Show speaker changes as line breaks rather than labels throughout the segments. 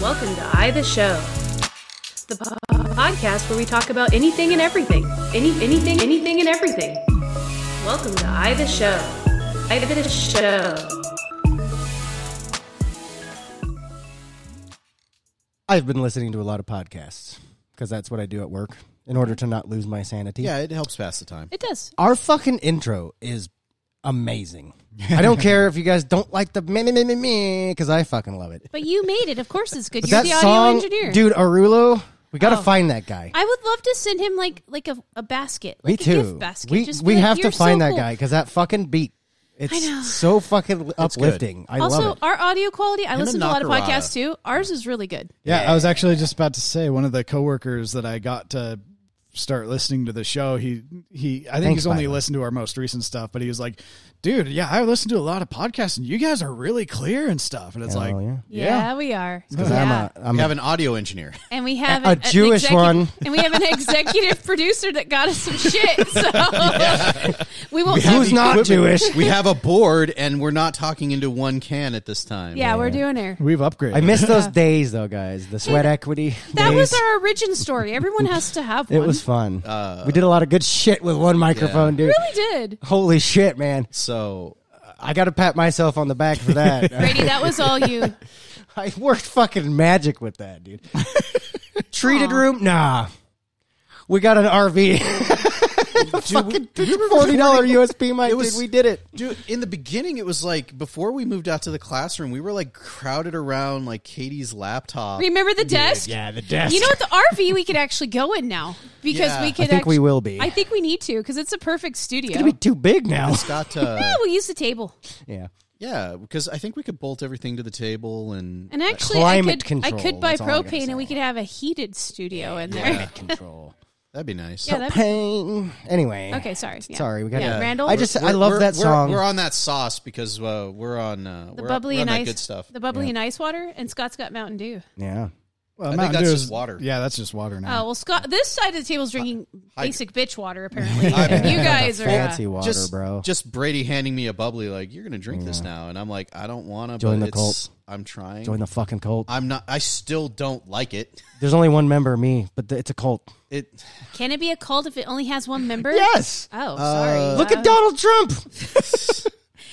Welcome to I the Show, the po- podcast where we talk about anything and everything, any anything, anything and everything. Welcome to I the Show, I the Show.
I've been listening to a lot of podcasts because that's what I do at work in order to not lose my sanity.
Yeah, it helps pass the time.
It does.
Our fucking intro is amazing. I don't care if you guys don't like the me me me me me because I fucking love it.
But you made it. Of course it's good.
But
You're
that
the audio
song,
engineer.
dude, Arulo, we got to
Oh.
find that guy.
I would love to send him like like a, a basket.
Me
Like
too.
A gift basket.
We
Just be
we
like,
have
"You're
to
so
find that
cool."
guy because that fucking beat.
know.
It's so fucking
good.
uplifting. I
also,
love it.
our audio quality, I
and
listen to a lot of
Nakarada.
podcasts too. Ours is really good.
Yeah, I was actually just about to say one of the coworkers that I got to start listening to the show. He he, I think
Thanks,
he's only
Byron.
listened to our most recent stuff, but he was like, "Dude, yeah, I listen to a lot of podcasts, and you guys are really clear and stuff." And it's
Hell
like,
yeah.
Yeah, we are.
Because
yeah.
I'm a, I'm
We
a
have an audio engineer.
and we have
a
an- an
Jewish
execu-
one.
and we have an executive producer that got us some shit. So we won't.
have
who's not
equipment.
Jewish.
We have a board, and we're not talking into one can at this time.
Yeah, we're doing her.
we've upgraded.
I miss those days though, guys. The sweat equity.
That
days.
was our origin story. Everyone has to have
It
one.
was fun. we did a lot of good shit with one microphone, dude.
We did.
Holy shit, man.
So
I got to pat myself on the back for that.
Brady, that was all you.
I worked fucking magic with that, dude. Treated room? Nah. We got an RV. fucking $40 USB mic,
was-
dude. We did it.
Dude, in the beginning, it was like before we moved out to the classroom, we were like crowded around like Katie's laptop.
Remember the desk?
Yeah, the desk.
You know what? The RV we could actually go in now because
Yeah.
we
I
could.
I think we
actu-
will be.
I think we need to because it's a perfect studio.
It'll be too big now.
It's got uh,
yeah, we'll use the table.
yeah.
yeah, because I think we could bolt everything to the table and
And actually,
climate
I could I
control,
could buy
that's all I gotta
propane
say.
and we could have a heated studio in there.
Climate control.
that'd be nice.
Yeah, that'd
Pain. Anyway.
Okay, sorry. Yeah.
Sorry, we got
Yeah,
to-
Randall?
I just I
We're-
love
we're-
that
we're-
song.
We're, on that sauce because uh, we're on uh,
The
we're,
bubbly
we're
and
on that
ice
good stuff.
The bubbly and ice water, and Scott's got Mountain Dew.
yeah.
well,
I think
Mountain
that's
Dew
just
is-
water.
Yeah, that's just water now.
Oh well, Scott. This side of the table's drinking basic bitch water apparently.
I-
and you guys are uh,
Fancy water,
just,
bro.
Just Brady handing me a bubbly, like you're gonna drink this now, and I'm like, I don't want to.
Join
but
the
it's-
cult.
I'm trying.
Join the fucking cult.
I'm not. I still don't like it.
There's only one member, me, but th- it's a cult.
It.
Can it be a cult if it only has one member?
Yes.
Oh, sorry.
Look
Uh,
at Donald Trump.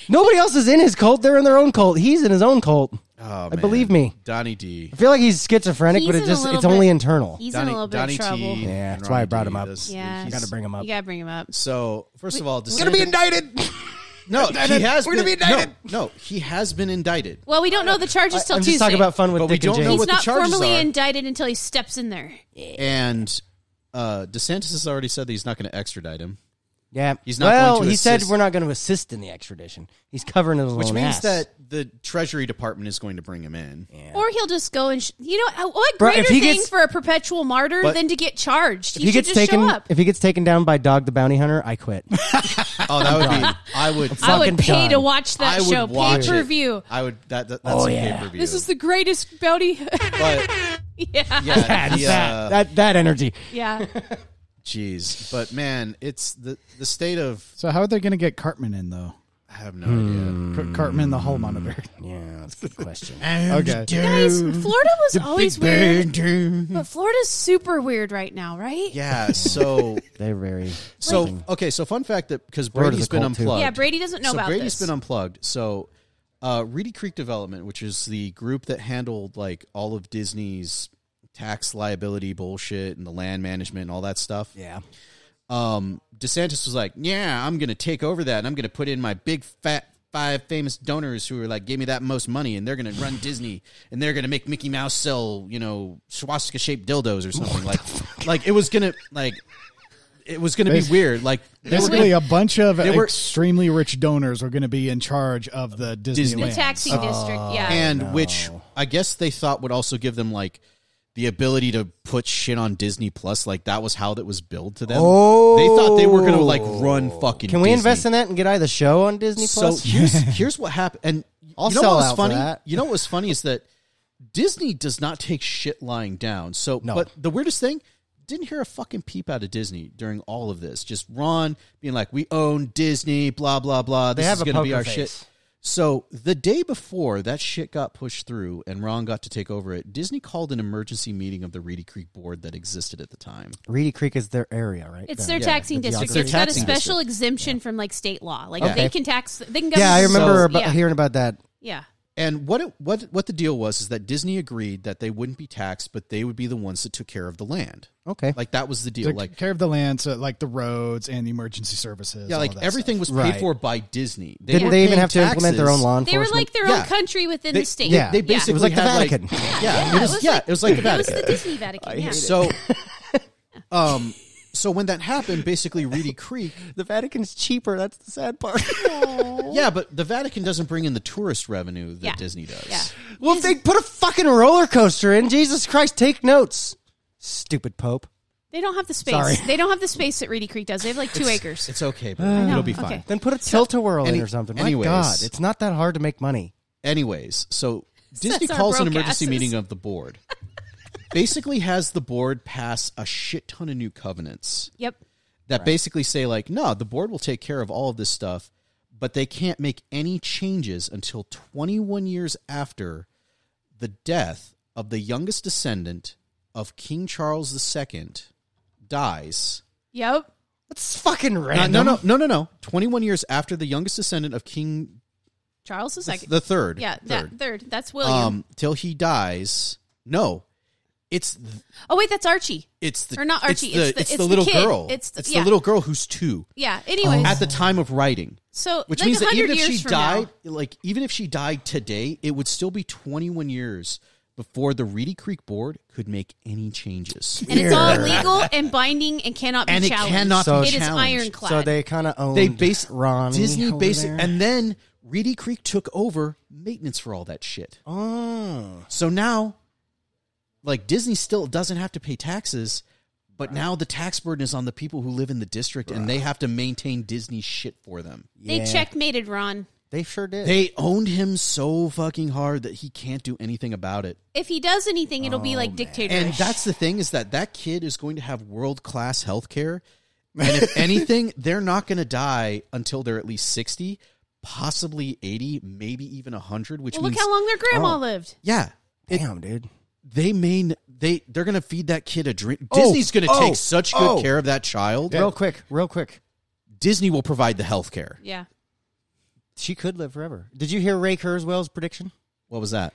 Nobody else is in his cult. They're in their own cult. He's in his own cult.
Oh,
I believe me.
Donny D.
I feel like he's schizophrenic,
He's
but
in
it
a
just
little
it's only
bit-
internal.
He's in
Donny-
a little bit
Donny
of trouble.
T.
Yeah,
and
that's why I
Ronnie
brought
D.
him up.
This-
Yeah.
he's-
Got
Gotta bring him up.
You gotta bring him up.
So first of all,
gonna be
indicted. No, he has. We're been, gonna be indicted. No, no, he has been indicted.
Well, we don't know the charges till
I'm
Tuesday.
just talking about fun with
But we
Dick and
don't
Jane.
know
He's
what the
not
charges
formally
are.
indicted until he steps in there.
And uh, DeSantis has already said that he's not going to extradite him,
yeah,
He's not
Well,
going to
he said
assist.
we're not going to assist in the extradition. He's covering his
which
own
means
ass.
that the Treasury Department is going to bring him in.
Or he'll just go and sh- you know uh, what
Bro,
greater
if he
thing
gets-
for a perpetual martyr
But-
than to get charged?
if he
should
gets
just
taken,
show up.
if he gets taken down by Dog the Bounty Hunter, I quit.
Oh, that would be. I would.
I
fucking
would pay
done.
to watch that
I would
show pay
watch
per
it.
view.
I would. That, that- that's
Oh,
a
yeah.
pay per view.
This is the greatest bounty.
But
yeah,
yeah,
That's
the, uh,
that, that that energy.
yeah.
Jeez, but man, it's the the state of
so how are they going to get Cartman in though?
I have no
Hmm.
idea.
Car-
Mm.
Cartman, the hall monitor.
Yeah, that's a good question.
okay,
Guys, Florida was always weird, but Florida's super weird right now, right?
Yeah, so
They're very
so okay, so fun fact that because
Word of
Brady's
the
been
cult, too.
unplugged.
Yeah, Brady doesn't know
so
about
Brady's
this.
been unplugged. So uh Reedy Creek Development, which is the group that handled like all of Disney's tax liability bullshit and the land management and all that stuff.
yeah.
um, DeSantis was like, "Yeah, I'm gonna take over that, and I'm gonna put in my big fat five famous donors who are like gave me that most money, and they're gonna run Disney, and they're gonna make Mickey Mouse sell you know swastika shaped dildos or something like, like it was gonna like it was gonna be
Basi-
weird, like they were
basically a bunch of
were-
extremely rich donors are going to be in charge of the
Disney.
the
Disneyland.
taxi district. Yeah,
and which I guess they thought would also give them like the ability to put shit on Disney Plus, like that was how that was billed to them. they thought they were gonna like run fucking.
Can we
Disney.
invest in that and get I the show on Disney Plus?
So here's here's what happened. And
I'll
you know
sell
what was
out for
funny?
that.
You know what was funny is that Disney does not take shit lying down. So,
No.
but the weirdest thing, didn't hear a fucking peep out of Disney during all of this. Just Ron being like, "We own Disney," blah blah blah. This
have
is
a
going to be
poker
our
face.
shit. So the day before that shit got pushed through and Ron got to take over it, Disney called an emergency meeting of the Reedy Creek board that existed at the time.
Reedy Creek is their area, right?
It's
Yeah.
their taxing
the
district.
geography.
It's got a
It's their
special exemption from like state law. Like
Okay.
they can tax, they can go.
Yeah, I remember
So-
about,
yeah,
hearing about that.
yeah.
And what it, what what the deal was is that Disney agreed that they wouldn't be taxed, but they would be the ones that took care of the land.
Okay.
Like that was the deal.
Took
Like
care of the land, so like the roads and the emergency services.
yeah,
all
like
that
everything
stuff.
was paid
Right.
for by Disney. They
Didn't
weren't
they even
paying
have to implement their own
taxes.
law
They were
enforcement?
like their
Yeah.
own country within
They-
the state.
Yeah.
They
It
basically
was like the
had,
Vatican.
yeah,
Yeah,
it was, yeah,
like-
it was like the
It was
Vatican.
the Disney Vatican. Yeah.
So, um, so when that happened, basically Reedy Creek.
the Vatican's cheaper. That's the sad part.
Yeah, but the Vatican doesn't bring in the tourist revenue that
Yeah.
Disney does.
Yeah.
well, if they put a fucking roller coaster in, Jesus Christ, take notes. Stupid Pope.
They don't have the space.
Sorry.
They don't have the space that Reedy Creek does. They have like two acres.
It's okay, but
know.
it'll be fine.
Okay.
Then put a tilt a whirl in
any-
or something. My
anyways.
God, it's not that hard to make money.
Anyways, so Disney
That's our
calls an
broke
emergency
asses.
meeting of the board. Basically, has the board pass a shit ton of new covenants
Yep.
that basically say like, no, the board will take care of all of this stuff, but they can't make any changes until 21 years after the death of the youngest descendant of King Charles II dies.
Yep.
It's fucking
No,
random.
no, no, no, no, no. 21 years after the youngest descendant of King
Charles the second.
the third.
yeah,
third.
that third. That's William.
um, till he dies. No, it's th-
oh wait, that's Archie.
it's the
Or not Archie,
It's the,
it's the- it's the
little
kid.
girl.
It's the-
the
yeah.
little girl who's two
Yeah. Anyways,
at the time of writing,
so
which
like
means that
100
even if
years
she
from
died,
now,
like even if she died today, it would still be 21 years before the Reedy Creek board could make any changes.
and it's all legal and binding and cannot be
And it
challenged.
cannot
be
It is
challenged.
ironclad.
So they kind of own.
they based
Ron
Disney basic, and then Reedy Creek took over maintenance for all that shit.
oh,
So now, like Disney still doesn't have to pay taxes, but now the tax burden is on the people who live in the district and they have to maintain Disney shit for them.
They checkmated Ron.
They sure did.
They owned him so fucking hard that he can't do anything about it.
If he does anything, it'll be like dictatorial.
And that's the thing is that that kid is going to have world class health care. And if anything, they're not going to die until they're at least 60, possibly 80, maybe even 100, which
well,
means
look how long their grandma
Oh.
lived.
Yeah. It-
Damn, dude.
they may n- they they're gonna feed that kid a drink.
Oh,
Disney's gonna
oh,
take such good
oh.
care of that child.
Real quick, real quick.
Disney will provide the health care.
Yeah.
She could live forever. Did you hear Ray Kurzweil's prediction?
What was that?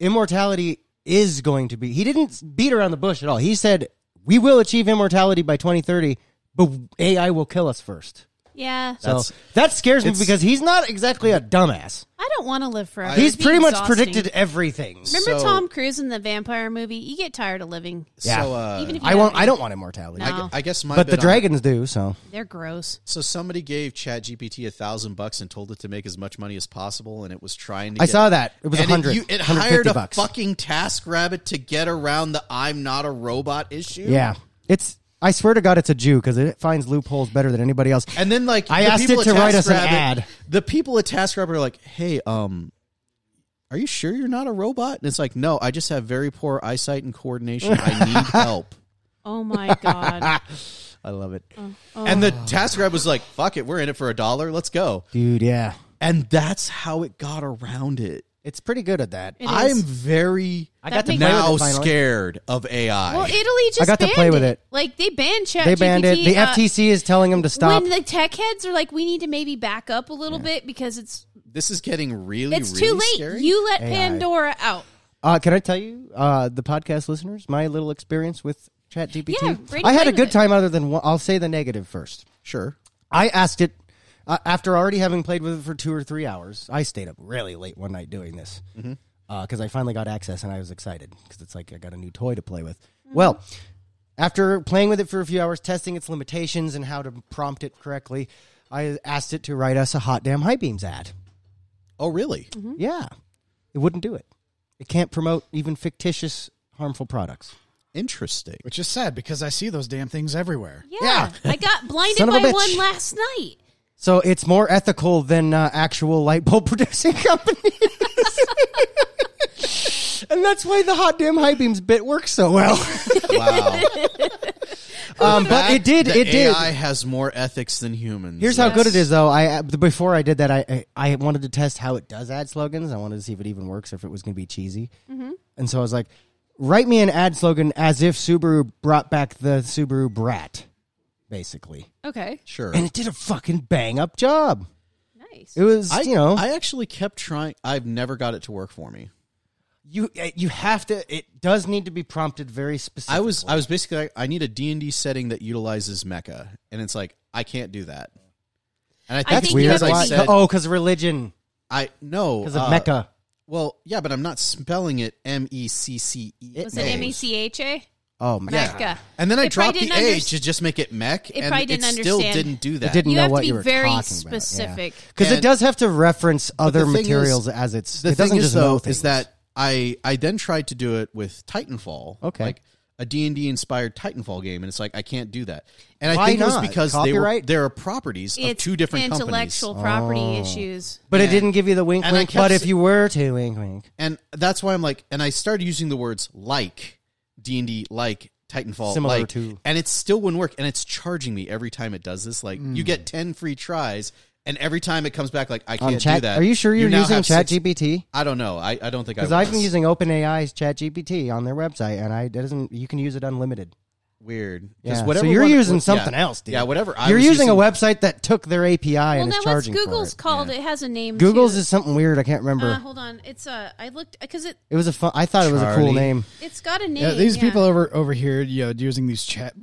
Immortality is going to be. He didn't beat around the bush at all. He said, "We will achieve immortality by 2030, but AI will kill us first.
Yeah.
So
That's-
that scares me
it's-
because he's not exactly a dumbass.
I don't want to live forever.
He's
It'd be
pretty much
exhausting.
predicted everything.
Remember
So-
Tom Cruise in the vampire movie? You get tired of living.
Yeah.
So, uh,
Even if you
I won't.
don't-
I don't want immortality,
I,
No.
gu- I guess my
but the
bit on-
dragons do. So
They're gross.
so somebody gave ChatGPT a thousand bucks and told it to make as much money as possible, and it was trying to.
I
get-
saw that it was
And
100.
you- It
150
hired a
bucks.
fucking task rabbit to get around the "I'm not a robot" issue.
Yeah, it's. I swear to God, it's a Jew because it finds loopholes better than anybody else.
And then like
I
the
asked
people
it to
at
write us an
TaskRabbit-
ad.
The people at TaskRabbit are like, "Hey, um, are you sure you're not a robot?" And it's like, "No, I just have very poor eyesight and coordination. I need help."
Oh my god.
I love it,
And
Oh.
the TaskRabbit was like, "Fuck it, we're in it for a dollar. Let's go."
dude. Yeah,
And that's how it got around it.
it's pretty good at that.
It
I'm
is.
very
I
That
got to
makes-
play
now
with it finally.
scared of AI.
Well, Italy just
got to
banned
play with it.
Like they banned ChatGPT.
They banned it. The
uh,
FTC is telling them to stop.
When the tech heads are like, we need to maybe back up a little bit because it's
this is getting really,
it's
really
too late.
scary.
You let
AI.
Pandora out.
Uh, can I tell you, uh, the podcast listeners, my little experience with ChatGPT?
Yeah, Brady
I had
played
a
with
good
it.
time. Other than one, I'll say the negative first.
sure.
I asked it uh, after already having played with it for two or three hours. I stayed up really late one night doing this because I finally got access and I was excited because it's like I got a new toy to play with.
Mm-hmm.
Well, after playing with it for a few hours, testing its limitations and how to prompt it correctly, I asked it to write us a hot damn high beams ad.
Oh, really?
Yeah, it wouldn't do it. It can't promote even fictitious harmful products.
Interesting.
which is sad because I see those damn things everywhere.
Yeah,
Yeah.
I got blinded
Son of a
by
bitch.
one last night.
So it's more ethical than uh, actual light bulb producing companies. and that's why the hot damn high beams bit works so well.
Wow.
Um, but it did.
The
It did.
AI has more ethics than humans.
Here's how good it is, though. I uh, before I did that, I, I I wanted to test how it does ad slogans. I wanted to see if it even works, or if it was going to be cheesy. And so I was like, write me an ad slogan as if Subaru brought back the Subaru brat, basically.
Okay.
Sure.
And it did a fucking bang up job.
Nice.
It was,
I,
you know,
I actually kept trying. I've never got it to work for me.
you uh, you have to. It does need to be prompted very specifically.
I was I was basically like, I need a D and D setting that utilizes mecha, and it's like I can't do that. And I think,
That's
it's
weird.
because I
Why-
said
oh, because religion,
I no
because of
uh,
Mecca.
Well, yeah, but I'm not spelling it M E C C E.
Was it M E C H A?
Oh my god.
Mecca.
And then I
It probably
dropped the
didn't
A
underst-
to just make it mech,
It
and
probably didn't
it still
understand.
didn't do that.
It didn't
You
know
have to
what
be
you were
very
talking
specific.
Because it
And-
does have to reference other
thing is-
materials as it's.
The
it
thing
doesn't
is,
just know
though,
things.
is that I I then tried to do it with Titanfall,
Okay.
like a D and D inspired Titanfall game, and it's like I can't do that. And I
Why
think it
not?
was because
Copyright?
they were there are properties of
It's
two different
intellectual
companies,
property
Oh.
issues.
But it
Yeah.
didn't give you the wink
And I
wink.
kept
But if
s-
you were to wink wink,
and that's why I'm like, and I started using the words like D and D, like Titanfall,
Similar
like,
to-
and it still wouldn't work, and it's charging me every time it does this.
Hmm.
Like you get ten free tries, and every time it comes back, like I
on
can't
chat,
do that.
are you sure you're
now
using
have six-
ChatGPT?
I don't know. I, I don't think I
Because I've
was.
been using OpenAI's ChatGPT on their website, and I it doesn't. You can use it unlimited.
weird. 'Cause
Yeah.
whatever
so you're
one-
using
yeah.
something else, dude.
Yeah, whatever. I
you're
was
using, a website that took their API
Well,
and
now what's
it's charging
Google's
for
called? It has a name.
it. Google's
too.
is something weird. I can't remember.
Uh, hold on. It's uh, I looked because it
it was a fun. I thought it was a cool
Charlie.
name.
it's got a name.
Yeah, these
yeah.
people over over here, you know, using these chat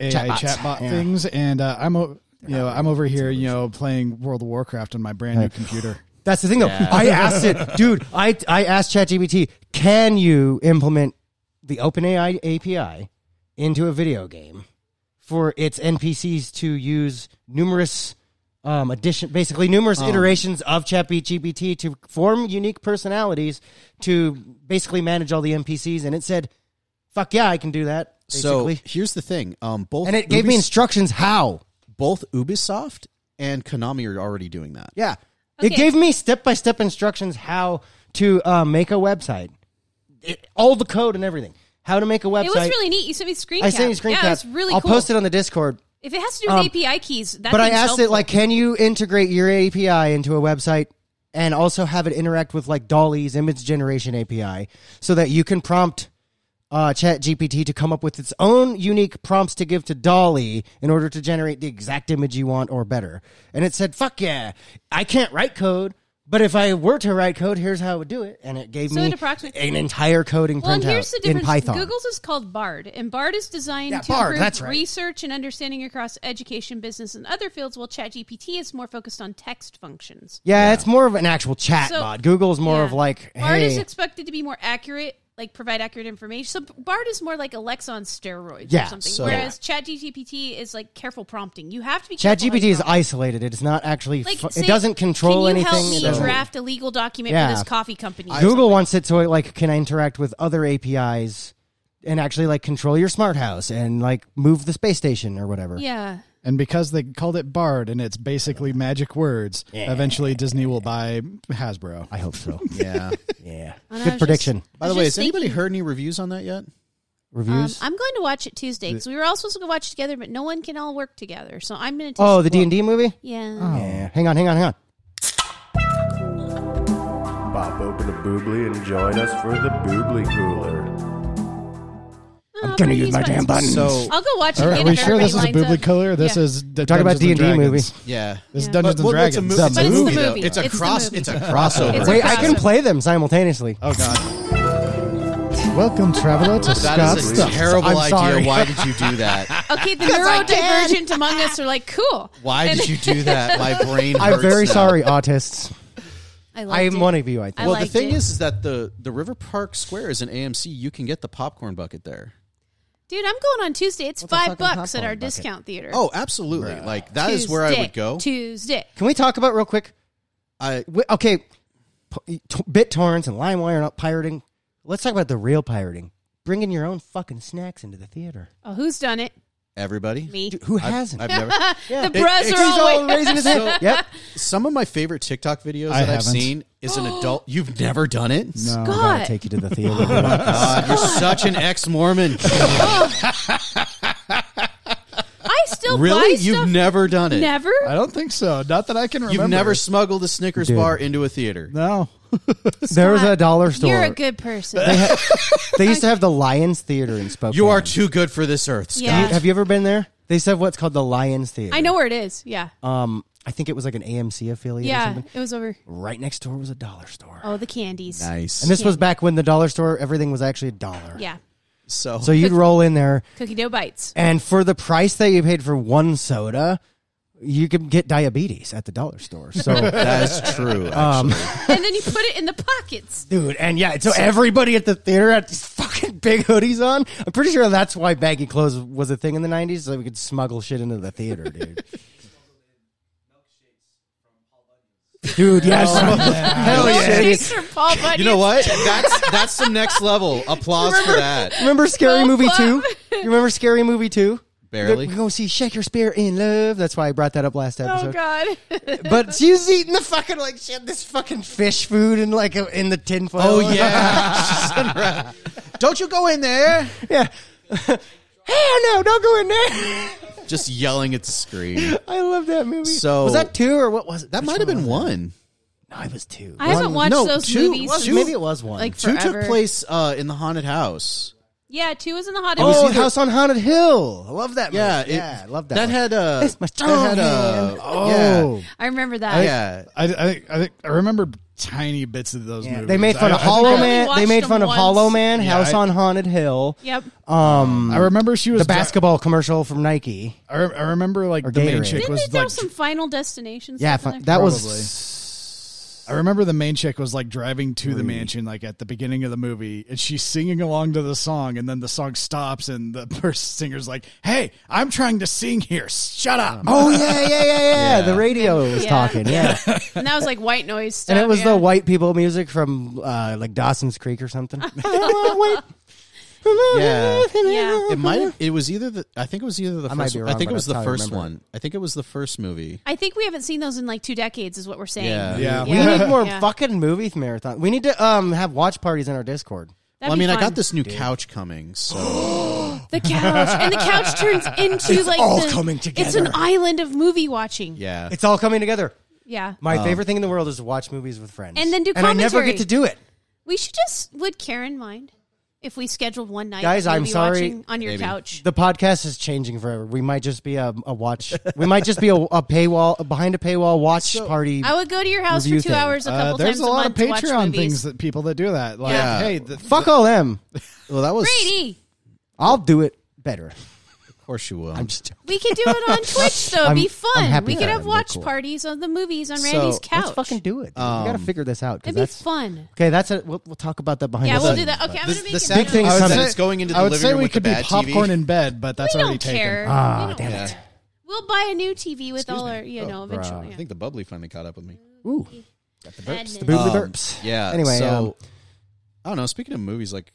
AI
Chatbots,
chatbot
yeah.
things, and uh, I'm o- you know I'm over here, you know, playing World of Warcraft on my brand new computer.
That's the thing, though. I asked it, dude. I I asked ChatGPT, can you implement the OpenAI API into a video game for its NPCs to use numerous um, addition, basically numerous iterations of ChatGPT to form unique personalities to basically manage all the NPCs? And it said, "Fuck yeah, I can do that."
So
Basically,
here's the thing. Um, both
and it gave me
Ubis-
instructions how.
both Ubisoft and Konami are already doing that.
Yeah. It
Okay.
gave me step by step instructions how to uh, make a website, it, all the code and everything. How to make a website.
It was really neat. You sent me a screen
I
cap.
sent you a screen
Yeah,
cap.
it's really
I'll
cool.
post it on the Discord.
If it has to do with
Um,
API keys, that
but I
thing's
asked
helpful.
it like, can you integrate your API into a website and also have it interact with like Dolly's image generation API so that you can prompt uh, Chat GPT to come up with its own unique prompts to give to Dolly in order to generate the exact image you want or better. And it said, "Fuck yeah, I can't write code." But if I were to write code, here's how I would do it, and it gave
So
me
it approximate-
an entire coding
Well, and here's the
printout in
difference.
Python.
Google's is called Bard, and Bard is designed
Yeah,
to
Bard,
improve
that's right.
research and understanding across education, business, and other fields, while ChatGPT is more focused on text functions.
yeah, it's more of an actual chat
So-
mod. Google's more
Yeah.
of like,
Bard is
hey,
expected to be more accurate, like provide accurate information. So Bard is more like Alexa on steroids
Yeah,
or something.
so-
whereas ChatGPT is like careful prompting. You have to be careful how
ChatGPT
you
is
prompt.
isolated. It's not actually.
Like,
fu-
say,
it doesn't control
can you
anything.
Help me
so-
draft a legal document
Yeah.
for this coffee company.
Google wants it so it like can interact with other APIs and actually like control your smart house and like move the space station or whatever.
yeah.
And because they called it Bard, and it's basically magic words, eventually Disney will buy Hasbro.
I hope so.
Yeah.
yeah.
And I
Good
was
prediction.
just- um,
By
I
the
was
way, has
just
anybody
thinking,
heard any reviews on that yet?
Um,
Reviews.
I'm going to watch it Tuesday because we were all supposed to go watch together, but no one can all work together. So I'm going to.
oh, the D and D movie.
Yeah.
Oh.
Yeah. Hang on. Hang on. Hang on.
Pop open a boobly and join us for the boobly cooler.
Oh,
I'm gonna use my
buttons.
damn button.
So
I'll go watch it.
All right,
again
are we
if
sure this is a
everybody lines
boobly
up.
color? This
Yeah.
is the
Talk about D
Dungeons
and D movie.
Dragons.
yeah.
This is
Yeah.
Dungeons
But-
and
well, it's a
Dragons.
mo- it's a
But it's the
movie, though.
movie.
It's a
It's the
cross.
movie.
It's a crossover.
It's a
Wait, I can
crossover.
play them simultaneously.
Oh God! Welcome, traveler, to
That is a
Scottsdale.
terrible
I'm
idea.
sorry.
Why did you do that?
Okay, the neurodivergent among us are like cool.
Why did you do that? My brain.
I'm
hurts
very
now.
sorry, autists.
I
I
liked
am
it.
one of you. I think.
I
Well, the
liked
thing
it.
is, is that the the River Park Square is an AMC. You can get the popcorn bucket there.
Dude, I'm going on Tuesday. It's
What the
five
fuck
bucks
on
at our
popcorn bucket?
discount theater.
Oh, absolutely. Like that is
Tuesday,
where I would go.
Tuesday.
Can we talk about real quick?
I
Wi- okay, p- t- BitTorrents and LimeWire are not pirating. Let's talk about the real pirating. Bringing your own fucking snacks into the theater.
Oh, who's done it?
everybody.
Me.
Dude, who
I've-
hasn't?
I've never.
Yeah.
The bros
It-
are
it's
He's all
all waiting.
raising his hand. Yep.
Some of my favorite TikTok videos
I
that I've
haven't.
seen is an adult. You've never done it.
No.
I'm gonna
God.
take you to the theater.
God, you're such an ex-Mormon.
still
really?
buy
You've
stuff?
never done it.
Never?
I don't think so. Not that I can remember.
You've never smuggled a Snickers
Dude.
bar into a theater.
No.
There was
Scott,
a dollar store.
You're a good person.
they used to have the Lions Theater in Spokane.
You are too good for this earth, Scott.
Yeah.
Have you ever been there? They said what's called the Lions Theater.
I know where it is. Yeah.
Um, I think it was like an AMC affiliate or
yeah.
something.
It was over.
Right next door was a dollar store.
Oh, the candies.
Nice.
and this was back when the dollar store, everything was actually a dollar.
Yeah.
so,
So you'd roll in there,
Cookie dough bites.
and for the price that you paid for one soda, you could get diabetes at the dollar store. So,
that is true.
um,
and then you put it in the pockets.
dude, and yeah, so everybody at the theater had these fucking big hoodies on. I'm pretty sure that's why baggy clothes was a thing in the 90s, so we could smuggle shit into the theater, dude. Dude, yes. Hell yeah. dude.
Chase or Paul Bunyan.
Oh, you know what? That's that's some next level. Applause for that.
Remember Scary
Well,
Movie
fuck.
2? You remember Scary Movie 2?
Barely.
We're going to see Shakespeare in Love. That's why I brought that up last
Oh,
episode.
God.
But she was eating the fucking, like, she had this fucking fish food in, like, a, in the tinfoil.
Oh yeah. Don't you go in there.
yeah. Hell no, don't go in there.
Just yelling at the screen.
I love that movie.
So-
was that two or what was it?
That might have been one.
No, it was two.
I haven't watched
One-
no,
those
two-
movies.
was-
since,
maybe it was one.
Like
Two
forever.
took place uh, in the haunted house.
Yeah, two was in the hot.
oh,
Oh,
House on Haunted Hill. I love that.
Yeah,
movie.
it-
yeah, I love that.
That
one.
had uh,
It's my strong
that had, uh,
hand.
oh,
I remember
yeah,
that.
yeah.
I, I, think- I, think- I remember tiny bits of those
Yeah,
movies.
they made fun
I,
of
I think
Hollow
I-
Man.
only
They made
watched
fun
them
of Hollow
once.
Man,
Yeah,
House
I-
on Haunted Hill.
Yep.
Um,
I remember she was
the
dri-
basketball commercial from Nike.
I, re- I remember like the main
Gatorade.
chick
Didn't
was
they throw
like.
some Final Destination?
Yeah,
stuff
fun.
in there?
that
Probably.
was.
I remember the main chick was like driving to the mansion like at the beginning of the movie, and she's singing along to the song, and then the song stops, and the first singer's like, "Hey, I'm trying to sing here. Shut up." Uh,
Oh yeah, yeah, yeah, yeah. The radio was
Yeah.
talking. Yeah,
and that was like white noise stuff.
and it was
yeah.
the white people music from uh, like Dawson's Creek or something.
Yeah.
Yeah.
It might have. It was either the. I think it was either the
I might
first.
be
one. I
wrong,
think
but
it was
that's
the
how I
first
remember it.
one. I think it was the first movie.
I think we haven't seen those in like two decades, is what we're saying.
Yeah.
Yeah.
We need more
Yeah.
fucking movie marathon. We need to um have watch parties in our Discord.
That'd
well, I
be
mean, I
fun.
got this new couch coming, so
the couch, and the couch turns into like
all
the-
coming
It's an
together.
island of movie watching.
yeah.
It's all coming together.
yeah.
My favorite thing in the world is to watch movies with friends,
And then do
And I never
commentary.
get to do it.
We should just would Karen mind if we scheduled one night,
Guys,
of
I'm
movie
sorry.
watching on your
Maybe.
couch.
The podcast is changing forever. We might just be a, a watch. We might just be a, a paywall behind a paywall watch party.
I would go to your house for
Review
two
thing.
hours a couple
Uh, there's
times
a lot of
month to watch
Patreon
movies.
things that people that do that. Like,
Yeah.
hey, the,
Fuck all them.
Well, that was.
Brady,
I'll do it better.
Of course you will.
I'm just
we could do it on Twitch though. It'd
I'm-
be fun.
I'm happy
we
for
could
them.
have
They're
watch
cool.
parties of the movies on
So,
Randy's
let's
couch.
let's fucking do it. dude. we
Um,
gotta figure this out. 'cause
It'd be
that's-
fun.
Okay, that's it. We'll, we'll talk about that behind.
Yeah,
the
we'll
scenes,
do that.
but-
Okay, I'm
the,
gonna make
the
a
sad
big
note.
thing
thing is
coming.
that it's going into the
I would
living
say
room
we
with the
could do
bad
popcorn
TV.
in bed, but that's
We
already
don't
taken.
care.
Ah,
we don't
damn
care.
it.
We'll buy a new TV with all our, you know, eventually.
I think the bubbly finally caught up with me.
Ooh,
Madness.
the boobly
Um,
burps.
Yeah.
Anyway,
so
um,
I don't know. Speaking of movies, like,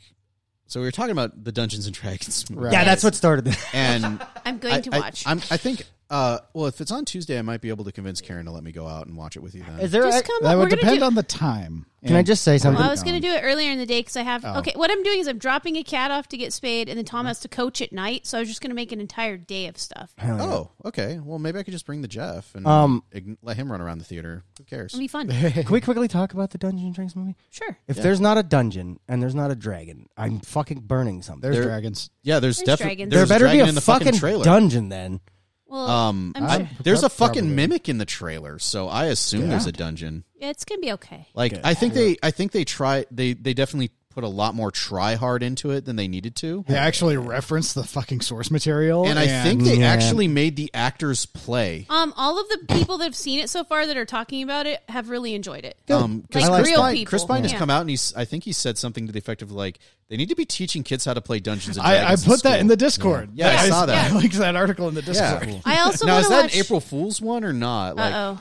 so we were talking about the Dungeons and Dragons, movie,
yeah, that's what started. This.
and
I'm going
I,
to
I-
watch.
I'm, I think. Uh, well, if it's on Tuesday, I might be able to convince Karen to let me go out and watch it with you. Then
Is there?
Just
a-
come
That
up. We're
would
gonna
depend
do-
on the time.
can I just say something?
Well, I was going to do it earlier in the day because I have. Okay, what I'm doing is I'm dropping a cat off to get spayed, and then Tom has to coach at night. So I was just going to make an entire day of stuff. It'll
Oh, okay. Well, maybe I could just bring the Jeff and
Um,
ign- let him run around the theater. Who cares?
be fun.
Can we quickly talk about the Dungeons and Dragons movie?
sure.
If there's not a dungeon and there's not a dragon, I'm fucking burning something.
There's dragons.
yeah, there's,
There's
definitely
dragons.
there
there's
better
dragon
be a
in the
fucking,
trailer.
dungeon then.
Well,
um,
I'm
I-
sure.
there's a
Probably.
fucking mimic in the trailer, so I assume there's a dungeon.
yeah, it's going to be okay.
Like I think they, I think they try, they they definitely put a lot more try hard into it than they needed to.
They actually reference the fucking source material,
And I think they
Oh, Yeah.
actually made the actors play.
Um, all of the people that have seen it so far that are talking about it have really enjoyed it.
Um, Chris,
Oh, Like
Chris
real
Pine,
people.
Chris Pine has
Yeah.
come out and he's, I think he said something to the effect of like, they need to be teaching kids how to play Dungeons and
I, I
Dragons.
put that in
school.
the Discord.
Yeah, I saw that.
I linked that article in the Discord.
Yeah.
I also
now
want
is
to
that
watch.
an April Fool's one or not? Like,
Uh oh.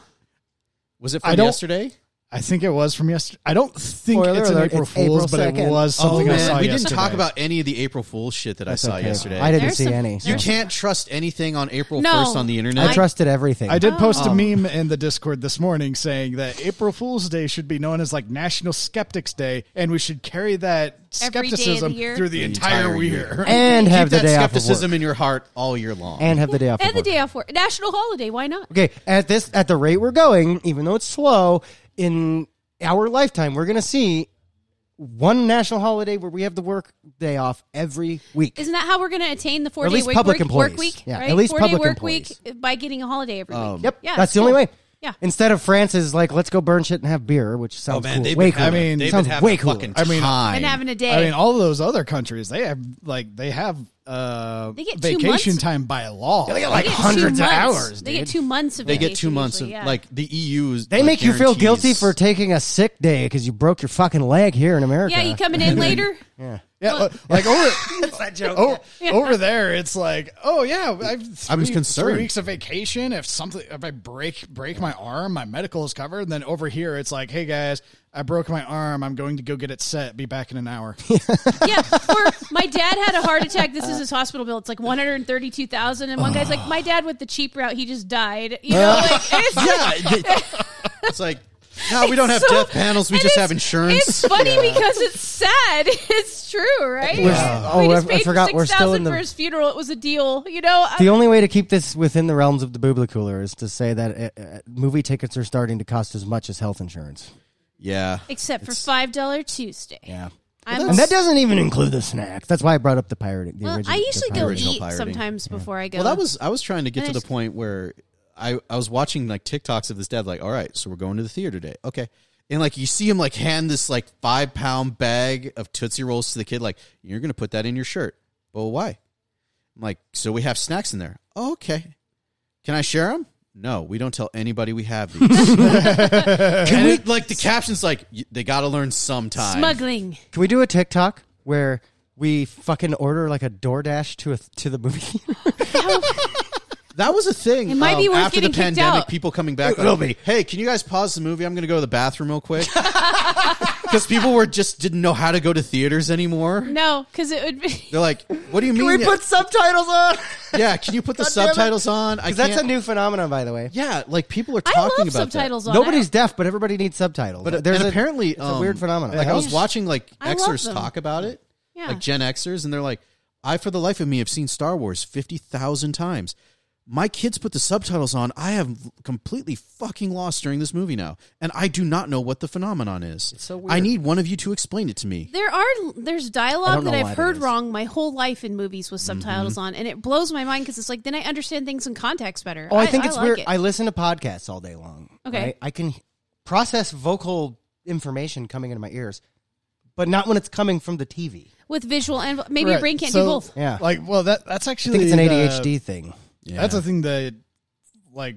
was it
I
from
don't-
yesterday?
I think it was from yesterday. I don't think
Spoiler
it's an
alert,
April
it's
Fool's,
April
but
2nd.
it was something
Oh,
I saw
Man, we
yesterday.
didn't talk about any of the April Fool shit that
That's
I saw
okay.
yesterday.
I didn't
There's
see
some-
any.
you can't trust anything on April
No.
1st on the internet.
I trusted everything.
I did post a
Oh.
meme in the Discord this morning saying that April Fool's Day should be known as like National Skeptics Day, and we should carry that
Every day of the
skepticism
year?
through the,
The
entire,
entire
year.
and
Keep
have the
that
day off of
skepticism
work.
in your heart all year long.
And have the day off.
and
of
the
work.
day off work, national holiday. Why not?
Okay, at this at the rate we're going, even though it's slow, in our lifetime we're gonna see one national holiday where we have the work day off every week.
Isn't that how we're going to attain the four
Or at
day
least
work,
public
work, work
employees.
week?
Yeah, at
right?
least
four day
public
work
employees. Um,
week by getting a holiday every week.
yep,
Yeah,
that's
it's
the only
cool.
way.
Yeah.
Instead of France is like, let's go burn shit and have beer, which sounds
oh man,
cool.
they've
way
been
cooler.
having,
I mean,
they've
sounds
been having
way
a
cooler.
fucking
I mean,
time.
and having a day.
I mean, all those other countries they have like they have uh
They get two
vacation
months.
time by law.
They get
They
like
get two
hundreds of
months.
hours.
They
dude.
get two months of
they get
vacation
two months
usually,
of
yeah.
like the EU's.
They
like,
make you feel guilty
guarantees-
for taking a sick day because you broke your fucking leg here in America.
yeah, you coming in later?
Yeah,
Well-
like over
that joke.
o- over there, it's like, oh yeah, I've three,
I'm concerned.
Three weeks of vacation. If something, if I break break my arm, my medical is covered. And then over here, it's like, hey guys, I broke my arm. I'm going to go get it set. Be back in an hour.
yeah. Or my dad had a heart attack. This is his hospital bill. It's like one hundred thirty-two thousand. And one guy's like, "My dad with the cheap route. He just died." You know, like it's,
Yeah, they- it's like no, we don't have
so-
death panels. We
and
just
it's-
have insurance.
It's funny because it's sad. It's true, right?
We're- oh,
We just
I- I
paid
forgot we're
Six
still in
thousand
the-
for his funeral. It was a deal. You know, I-
The only way to keep this within the realms of the boobly cooler is to say that uh, uh, movie tickets are starting to cost as much as health insurance.
yeah,
except for five dollar Tuesday.
Yeah.
I'm
And that doesn't even include the snacks. That's why I brought up the pirate. The
well,
original,
I usually
the
go
pirate.
original
eat
pirating.
sometimes before I go.
Well, that was I was trying to get
And
to
I
the
just-
point where I I was watching like TikToks of this dad like, all right, so we're going to the theater today, okay, and like you see him like hand this like five pound bag of tootsie rolls to the kid like you're gonna put that in your shirt. Well, why? I'm like, so we have snacks in there. "Oh, okay, can I share them? No, we don't tell anybody we have these. Can we, like the captions like "Y- they got to learn sometime.
smuggling.
Can we do a TikTok where we fucking order like a DoorDash to a, to the movie? theater?
That was a thing. um,
It might be worth
after
getting
the
kicked
pandemic.
out.
People coming
It
back.
will
like,
be.
Hey, can you guys pause the movie? I'm going to go to the bathroom real quick. Because people were just didn't know how to go to theaters anymore.
No, because it would be.
They're like, "What do you mean?
subtitles on?
yeah, can you put the
God damn it.
subtitles on? I
That's a
can't-
new phenomenon, by the way.
Yeah, like people are
I
talking
love
about that.
subtitles on.
Nobody's
I-
deaf, but everybody needs subtitles.
But
there's
and
a-
apparently
it's
um,
a weird phenomenon.
Like I was
Yeah.
watching like
I love
Xers
them.
talk about it,
Yeah.
like Gen Xers, and they're like, "I for the life of me have seen Star Wars fifty thousand times. My kids put the subtitles on. I have completely fucking lost during this movie now, and I do not know what the phenomenon is. It's
so
I
weird.
need one of you to explain it to me.
There are there's
I
dialogue
don't
that
know why
I've
that
heard
is. Mm-hmm.
wrong my whole life in movies with subtitles on, and it blows my mind because it's like then I understand things in context better.
Oh, I think it's
like
weird.
it.
I listen to podcasts all day long.
Okay.
right? I can process vocal information coming into my ears, but not when it's coming from the TV.
with visual and maybe your
Right.
brain can't
So,
do both.
Yeah.
Like, well, that that's
I
actually
think it's an
the-
ADHD thing.
That's a thing that, like,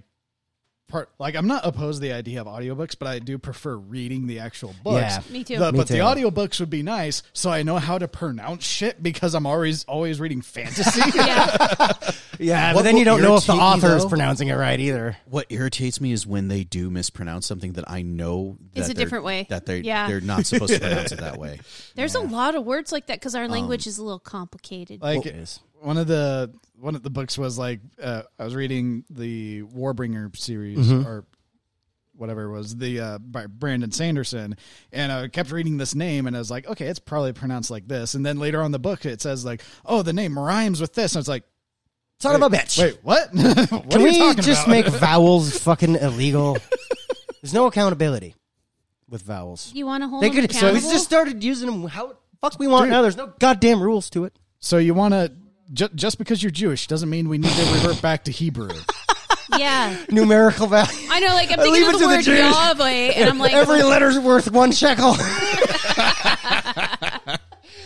part like I'm not opposed to the idea of audiobooks, but I do prefer reading the actual books.
Yeah.
Me too.
The-
Me
but the
too.
audiobooks would be nice, so I know how to pronounce shit because I'm always always reading fantasy.
yeah,
Yeah,
What
but then you
will
don't know if the
irritate me,
author is
though-
pronouncing it right either.
What irritates me is when they do mispronounce something that I know that
It's a
they're-
different way.
that they
Yeah.
they're not supposed to pronounce it that way.
there's a lot of words like that because
Um,
our language is a little complicated.
like
Well, it is.
one of the one of the books was like uh, I was reading the Warbringer series
Mm-hmm.
or whatever it was the uh, by Brandon Sanderson and I kept reading this name and I was like okay it's probably pronounced like this and then later on in the book it says like oh the name rhymes with this and I was like
Son of a bitch.
wait what, what
Can
are you
we
talking
just
about?
make vowels fucking illegal? There's no accountability with vowels.
you want to hold
They
them
could. So we
accountable?
just started using them how the fuck we want now. There's no goddamn rules to it.
so you want to ju- just because you're Jewish doesn't mean we need to revert back to Hebrew
yeah,
Numerical value.
I know. Like I'm
I
thinking
leave
of
it
the
to the
word
Jews.
Yahweh, and I'm like,
Every letter's worth one shekel.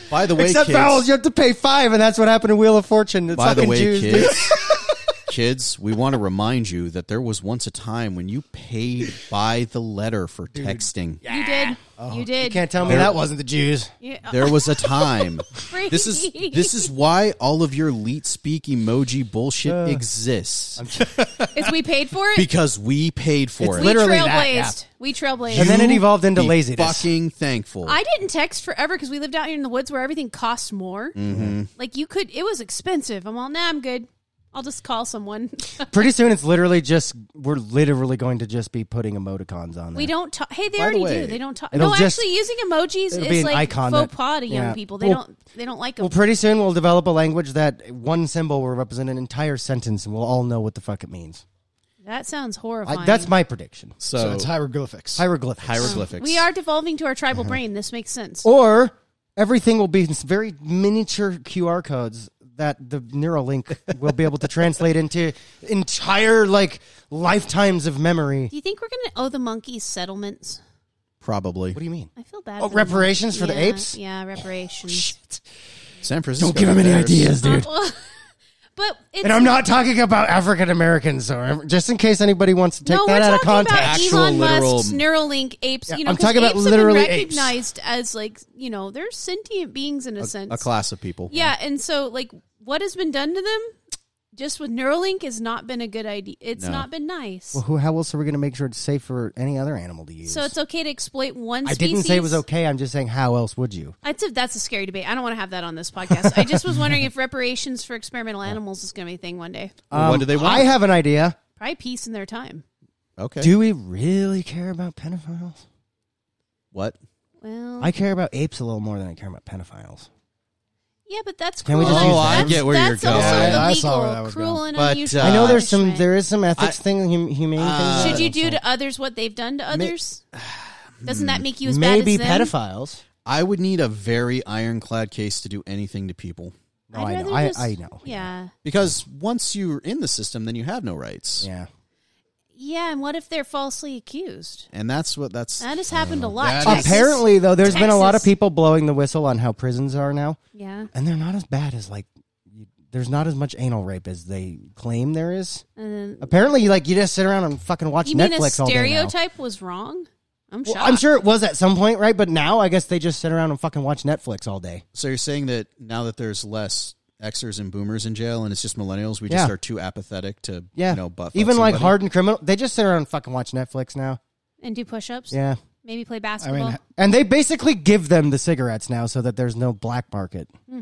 By the way,
Except
kids,
vowels, you have to pay five, and that's what happened in Wheel of Fortune. The
By the
fucking
way,
Jews.
kids, Kids, we want to remind you that there was once a time when you paid by the letter for texting.
You did. you did.
Oh, You can't tell me that wasn't the Jews.
Yeah.
There was a time. this is
Freak.
this is why all of your leet speak emoji bullshit
Uh,
exists
It's we paid for it.
because we paid for
It's
it.
we
literally
trailblazed.
that, yeah.
We trailblazed.
And then it evolved into
Be
laziness.
Fucking thankful.
I didn't text forever because we lived out here in the woods where everything costs more.
Mm-hmm.
Like you could, it was expensive. I'm all, nah, I'm good. I'll just call someone.
Pretty soon, it's literally just we're literally going to just be putting emoticons on. There.
we don't talk. Hey, they
By the
already
way,
do. They don't talk.
it'll
No,
just-
actually, using emojis
it'll be
is
an
like
icon
faux
that-
pas to young
yeah.
people. They
Well-
don't. They don't like them.
Well, pretty soon we'll develop a language that one symbol will represent an entire sentence, and we'll all know what the fuck it means.
that sounds horrifying.
I, that's my prediction.
so,
So it's hieroglyphics.
Hieroglyphics.
hieroglyphics.
We are devolving to our tribal brain. This makes sense.
Or everything will be in s- very miniature QR codes that the Neuralink will be able to translate into entire like lifetimes of memory.
Do you think we're going to owe the monkeys settlements?
probably
What do you mean?
I feel bad. for
Oh,
the monkeys.
reparations for the
Yeah,
apes?
Yeah, reparations.
San Francisco.
Don't give him any
there's-
ideas, dude.
Well, but it's,
And I'm not talking about African Americans, or just in case anybody wants to take
no,
that
we're
out of
talking
context.
Actual
About Elon
literal-
Musk's Neuralink apes.
Yeah,
you know,
I'm
'cause
talking about
apes
literally
have been
apes.
recognized as like you know they're sentient beings in a, sense.
A class of people.
Yeah, and so like what has been done to them, just with Neuralink, has not been a good idea. It's
No.
not been nice.
Well, who, how else are we going to make sure it's safe for any other animal to use?
so it's okay to exploit one.
I
species.
didn't say it was okay. I'm just saying, how else would you?
That's a, that's a scary debate. I don't want to have that on this podcast. I just was wondering if reparations for experimental animals is going to be a thing one day.
Well, what do they want?
Um, I have an idea.
Probably peace in their time.
Okay.
Do we really care about pedophiles?
what?
Well,
I care about apes a little more than I care about pedophiles.
yeah, but that's
Can
cruel.
we just
and-
use that?
that's,
I
get where you're
that's
going.
also
Yeah, I- I saw
illegal,
where that was
cruel,
going.
and
But,
unusual.
uh,
I know there's some
punishment.
there is some ethics thing, hum, humane
Uh,
things.
Should you do to others what they've done to others? Doesn't that make you as
Mm, maybe
bad as them?
pedophiles?
I would need a very ironclad case to do anything to people.
No, I know.
rather
I,
just-
I know.
Yeah.
Because once you're in the system, then you have no rights.
Yeah.
Yeah, and what if they're falsely accused?
And that's what that's.
That has happened a lot.
That
Texas.
Apparently, though, there's been a lot of
Texas.
people blowing the whistle on how prisons are now,
Yeah.
and they're not as bad as like. you- There's not as much anal rape as they claim there is.
And then,
Apparently, like you just sit around and fucking watch
you mean a
Netflix all day now.
stereotype was wrong? I'm
Well,
shocked.
I'm sure it was at some point, right? But now I guess they just sit around and fucking watch Netflix all day.
So you're saying that now that there's less Xers and boomers in jail and it's just millennials, we
Yeah.
just are too apathetic to,
Yeah,
you know, buff. up
even like
somebody?
hardened criminal, they just sit around and fucking watch Netflix now.
And do push ups?
Yeah,
Maybe play
I
basketball?
mean,
and they basically give them the cigarettes now so that there's no black market.
Hmm.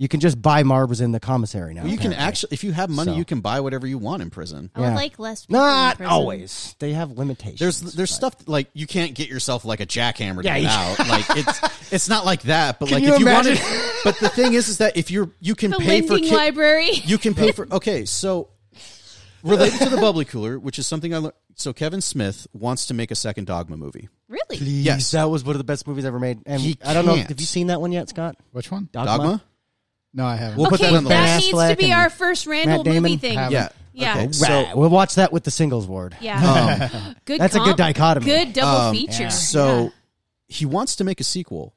You can just buy Marbles in the commissary now.
Well, you can
apparently.
actually, if you have money,
So.
you can buy whatever you want in prison.
I would
yeah.
like less people. in
not
prison.
always. They have limitations.
There's there's
but-
stuff like you can't get yourself like a jackhammer
Yeah,
yeah,
you-
out. like it's it's not like that. But
Can
like
you
if you
imagine?
wanted, but the thing is, is that if you're you can
The
pay for
lending
ki-
library.
You can pay for okay. So related to the bubbly cooler, which is something I learned. So Kevin Smith wants to make a second Dogma movie.
really?
Please,
Yes.
that was one of the best movies ever made. And
He
I don't know. if-
can't.
Have you seen that one yet, Scott?
which one?
Dogma.
Dogma.
No, I haven't.
We'll put
okay,
that on the
list.
needs to be
Affleck
our
and
first Randall
Damon.
movie thing.
Have-
Yeah.
Yeah.
Okay.
Right.
So
Right, we'll watch that with the singles ward.
Yeah. good
Oh. That's a good
comp.
dichotomy.
Good double
Um,
feature.
So
Yeah.
he wants to make a sequel.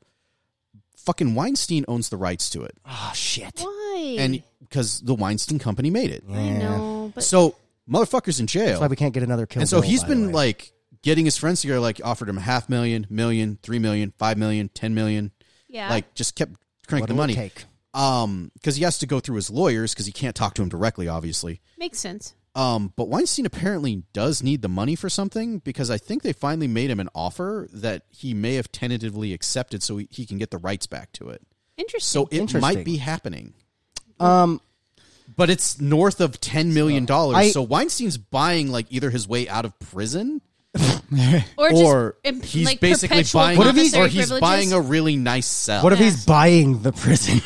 Fucking Weinstein owns the rights to it,
Oh shit.
Why?
and because the Weinstein Company made it,
I know, but
so motherfuckers in jail.
That's why we can't get another kill.
and so
Bill,
he's
by the
been
way.
like getting his friends together, like offered him half million, million, three million, five million, ten million,
yeah.
like just kept cranking
What'll
the
it
money.
take?
um because he has to go through his lawyers because he can't talk to him directly obviously
makes sense.
um but weinstein apparently does need the money for something because i think they finally made him an offer that he may have tentatively accepted so he, he can get the rights back to it
Interesting.
so it
Interesting.
might be happening
um,
but it's north of 10 million dollars
I-
so weinstein's buying like either his way out of prison
or just
or
imp-
he's
like
basically
perpetual
buying
What if he's-
commissary
or he's
privileges.
buying a really nice cell
what if
Yeah.
he's buying the prison?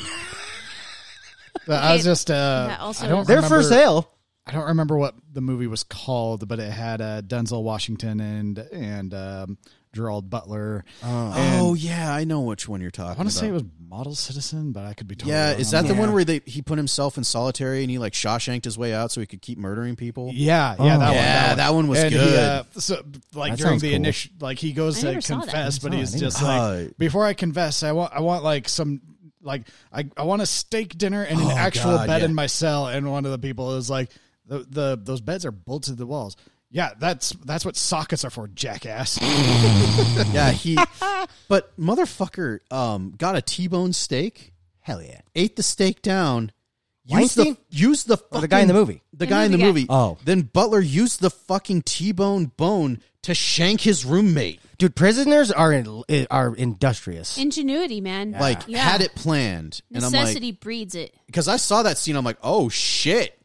But I was just. Uh,
That also
I don't
is-
They're
remember-
for sale.
I don't remember what the movie was called, but it had uh, Denzel Washington and and um, Gerald Butler.
oh yeah i know which one you're talking
I want to say
about.
it was Model Citizen, but I could be totally
Yeah,
wrong
is
Oh,
on
that the one where they he put himself in solitary and he like Shawshanked his way out so he could keep murdering people?
Yeah, yeah, that one.
Oh, Yeah,
that
that one was
And he,
good.
uh, so, like
That
during
sounds
the
cool.
initial, like he goes
I
to
never saw that.
confess, but
I
he's
never
just
saw it.
like, before I confess, I want, I want like some, like I, I want a steak dinner and an actual
Oh, God,
bed
yeah.
in my cell. And one of the people is like, The, the those beds are bolted to the walls. Yeah, that's that's what sockets are for, jackass.
Yeah, he. but motherfucker, um, got a T-bone steak,
Hell yeah.
ate the steak down. Used
Weinstein?
the used the fucking,
Or Oh, the guy in the movie?
The, guy in the
movie guy.
movie.
Oh.
then Butler used the fucking T-bone bone to shank his roommate.
Dude, prisoners are in, are industrious.
Ingenuity, man.
Like
Yeah.
had it planned, and I'm like,
necessity breeds it.
because I saw that scene, I'm like, oh shit,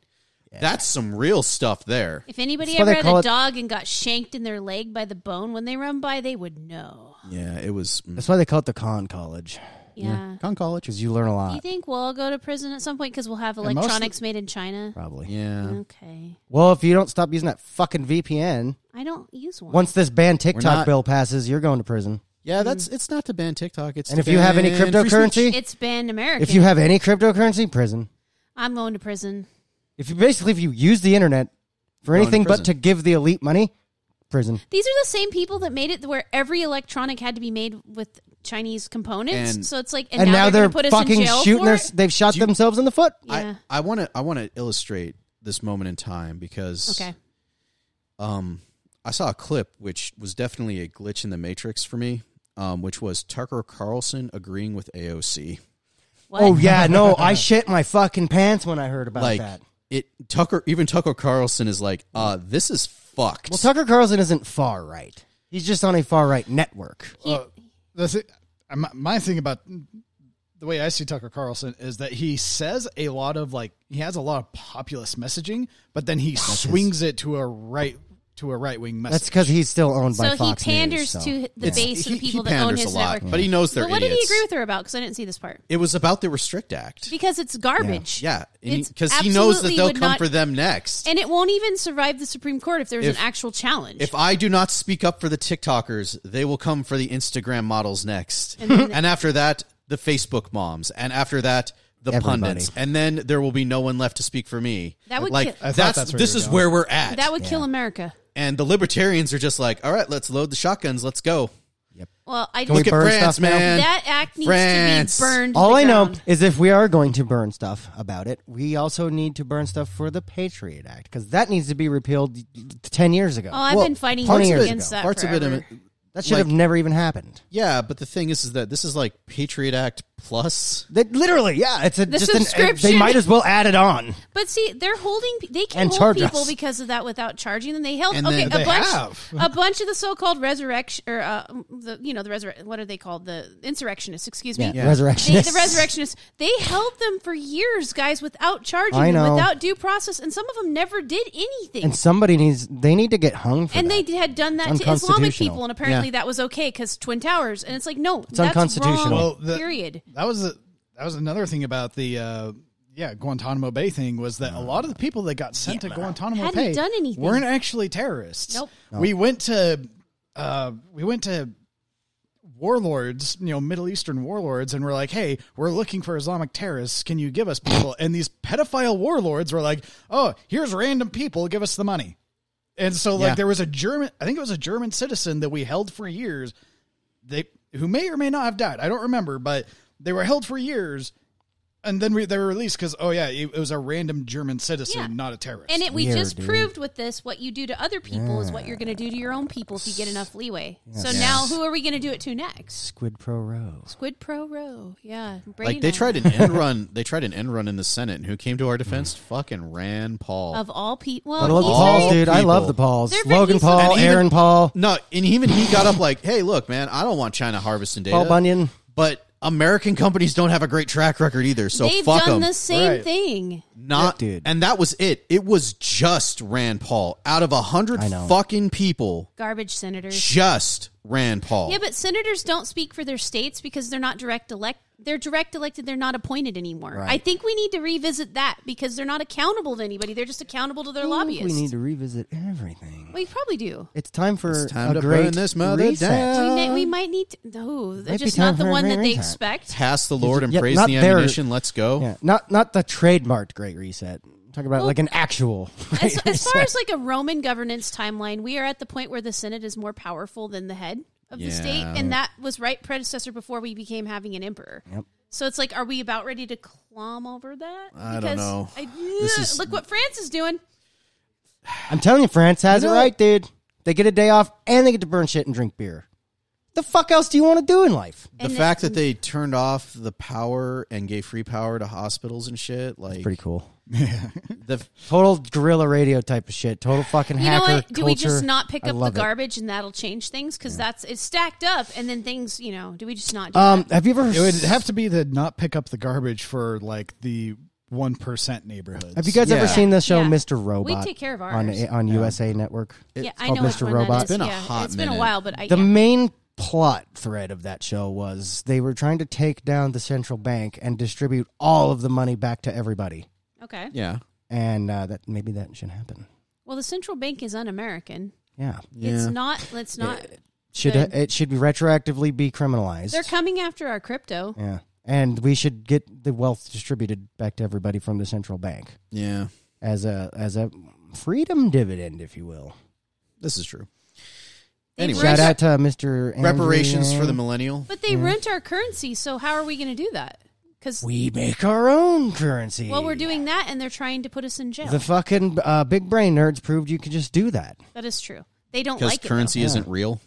that's some real stuff there.
If anybody
That's why
ever
they
had
call
a
it-
dog and got shanked in their leg by the bone when they run by, they would know.
Yeah, it was mm,
That's why they call it the con college
Yeah.
Con College.
because you learn a
Do you
lot,
think we'll all go to prison at some point because we'll have
most of the-
electronics made in China?
probably.
Yeah,
Okay.
Well, if you don't stop using that fucking VPN,
I don't use one.
once this ban TikTok
not-
bill passes, you're going to prison.
yeah. That's it's not to ban TikTok. It's
And
to
if you have any
ban free speech.
cryptocurrency,
it's banned American.
if you have any cryptocurrency, prison.
I'm going to prison.
If you basically if you use the internet for
Going to
anything
prison.
but to give the elite money, prison.
These are the same people that made it where every electronic had to be made with Chinese components.
And-
so it's like, and,
And, now,
now,
they're
gonna put us
fucking
in jail
shooting
for
their.
it?
They've shot
Do you-
themself in the foot.
Yeah.
I I want to I want to illustrate this moment in time because
okay.
um, I saw a clip which was definitely a glitch in the matrix for me, um, which was Tucker Carlson agreeing with AOC.
What?
Oh yeah, no, I shit my fucking pants when I heard about
like
that.
it, Tucker. Even Tucker Carlson is like, uh, this is fucked.
Well, Tucker Carlson isn't far right. He's just on a far right network.
Uh, the thi- uh, my, my thing about the way I see Tucker Carlson is that he says a lot of like he has a lot of populist messaging, but then he swings it to a right to a right wing message.
That's because he's still owned by
so
Fox
he panders
News, so.
to the base
he,
of the people
he
that own
panders
his
a lot,
network.
but he knows they're
But what
idiots.
did he agree with her about? Because I didn't see this part.
It was about the Restrict Act.
Because it's garbage.
Yeah,
It's
because he knows that
absolutely
they'll
would
come
not-
for them next.
And it won't even survive the Supreme Court if there's
If-
an actual challenge.
If I do not speak up for the TikTokers, they will come for the Instagram models next. And, after that, the Facebook moms. And after that, the
Everybody.
pundits. And then there will be no one left to speak for me.
That would
like
kill-
I thought
that's,
that's where
this
you were
is
going.
where we're at.
that would kill America.
and the libertarians are just like, all right, let's load the shotguns, let's go.
Well, I
Can we
just,
Look at
burn
France,
stuff now?
man.
that act needs
France.
to be burned. to
All
the
I know
ground.
is if we are going to burn stuff about it, we also need to burn stuff for the Patriot Act because that needs to be repealed ten years ago.
Oh, I've
Well,
been fighting
20 years
against
ago.
that
Parts of it,
forever.
That should have never even happened.
yeah. But the thing is, is that this is like Patriot Act plus.
That literally, yeah, it's a,
The
just an-
subscription.
they might as well add it on.
But see, they're holding. They can
And
hold
charge
people
us.
because of that without charging them. They held
And
okay
then-
a
They
bunch.
have.
A bunch of the so-called resurrection, or uh, the you know the resurre- What are they called? The insurrectionists. Excuse me.
Yeah,
Yeah.
resurrection.
They, the resurrectionists. They held them for years, guys, without charging
I
them,
know.
without due process, and some of them never did anything.
And somebody needs. They need to get hung for
and
that.
they d- had done that
It's
to Islamic
unconstitutional.
people, and apparently
Yeah.
that was okay because Twin Towers. And it's like, no, it's
unconstitutional.
Well, the-
period.
That was the, that was another thing about the uh, yeah Guantanamo Bay thing was that a lot of the people that got sent to Guantanamo
Hadn't
Bay
done anything.
weren't actually terrorists.
Nope.
We went to uh, we went to warlords, you know, Middle Eastern warlords, and we're like, hey, we're looking for Islamic terrorists. Can you give us people? And these pedophile warlords were like, oh, here's random people. Give us the money. And so, like,
Yeah.
there was a German, I think it was a German citizen that we held for years. They who may or may not have died. I don't remember, but they were held for years, and then we, they were released because oh yeah, it, it was a random German citizen,
Yeah.
not a terrorist.
And it, we
Weird,
just
dude.
proved with this what you do to other people is what you're going to do to your own people if you get enough leeway. So now who are we going to do it to next?
Squid Pro Row.
Squid Pro Row. Yeah. Brady
Like they
and I.
tried an end run. They tried an end run in the Senate, and who came to our
Mm.
defense? Fucking Rand Paul.
Of all people.
I
Well,
love the
he's
Pauls,
very-
dude. I love the
people.
Pauls.
They're very-
Logan
he's- And
Paul,
even-
Aaron Paul,
No, and even he got up like, "Hey, look, man, I don't want China harvesting data."
Paul Bunyan.
but American companies don't have a great track record either, so
They've
fuck
done
them.
the same
Right.
thing.
Not
Yeah, dude.
and that was it. It was just Rand Paul out of a hundred
I know.
fucking people.
Garbage senators.
Just Rand Paul.
Yeah, but senators don't speak for their states because they're not direct elect. They're direct elected. They're not appointed anymore. I think we need to revisit that because they're not accountable to anybody. They're just accountable to their lobbyists.
We need to revisit everything.
we probably do.
It's time for
It's time
a
to
great
burn this mother
reset.
down.
We, may, we might need to. No,
Uh, be
just
time
not the
for a
one that they
reset.
expect.
Pass the Lord and
Yeah,
praise
not
the
their-
ammunition. Let's go.
Yeah, not not the trademarked Great Reset. I'm talking about like an actual. Great
as, as
Reset.
far as like a Roman governance timeline, we are at the point where the Senate is more powerful than the head of the
Yeah.
state, and that was right predecessor before we became having an emperor. So it's like, are we about ready to clom over that?
I don't know.
I,
This is-
look what France is doing.
I'm telling you, France has it right, dude. They get a day off and they get to burn shit and drink beer. The fuck else do you want to do in life?
The fact that they turned off the power and gave free power to hospitals and shit, like
Pretty cool.
the
Total guerrilla radio type of shit. Total fucking
You
hacker
know what? Do we just
culture.
not pick
I
up the
love it.
garbage and that'll change things? Because that's it's stacked up, and then things, you know, do we just not? Do
Uh,
Um, have you ever?
It would have to be to not pick up the garbage for like the one percent neighborhoods.
have you guys ever
Yeah.
seen the show
Yeah.
Mr. Robot?
take care of
on
ours.
on USA Network.
that? yeah,
It's
I
called
know which
Mr.
one
Robot.
that is.
Oh, It's been a
yeah,
hot
it's been a
minute.
while, but I,
The
yeah.
main plot thread of that show was they were trying to take down the central bank and distribute all of the money back to everybody,
okay.
yeah,
and uh, that maybe that should happen.
Well, the central bank is un-American.
Yeah,
It's not. Let's not.
should
Good.
it should be retroactively be criminalized?
They're coming after our crypto.
yeah, and we should get the wealth distributed back to everybody from the central bank
yeah.
as a as a freedom dividend, if you will.
This is true.
They
Anyway.
rent
Shout
our-
out to Mr. Andrew
Reparations for
Yang.
the millennial.
But they rent our currency, so how are we going to do that? Because
We make our own currency.
well, we're doing that, and they're trying to put us in jail.
The fucking uh, big brain nerds proved you could just do that.
that is true. They don't
Because
like
currency
It,
isn't real.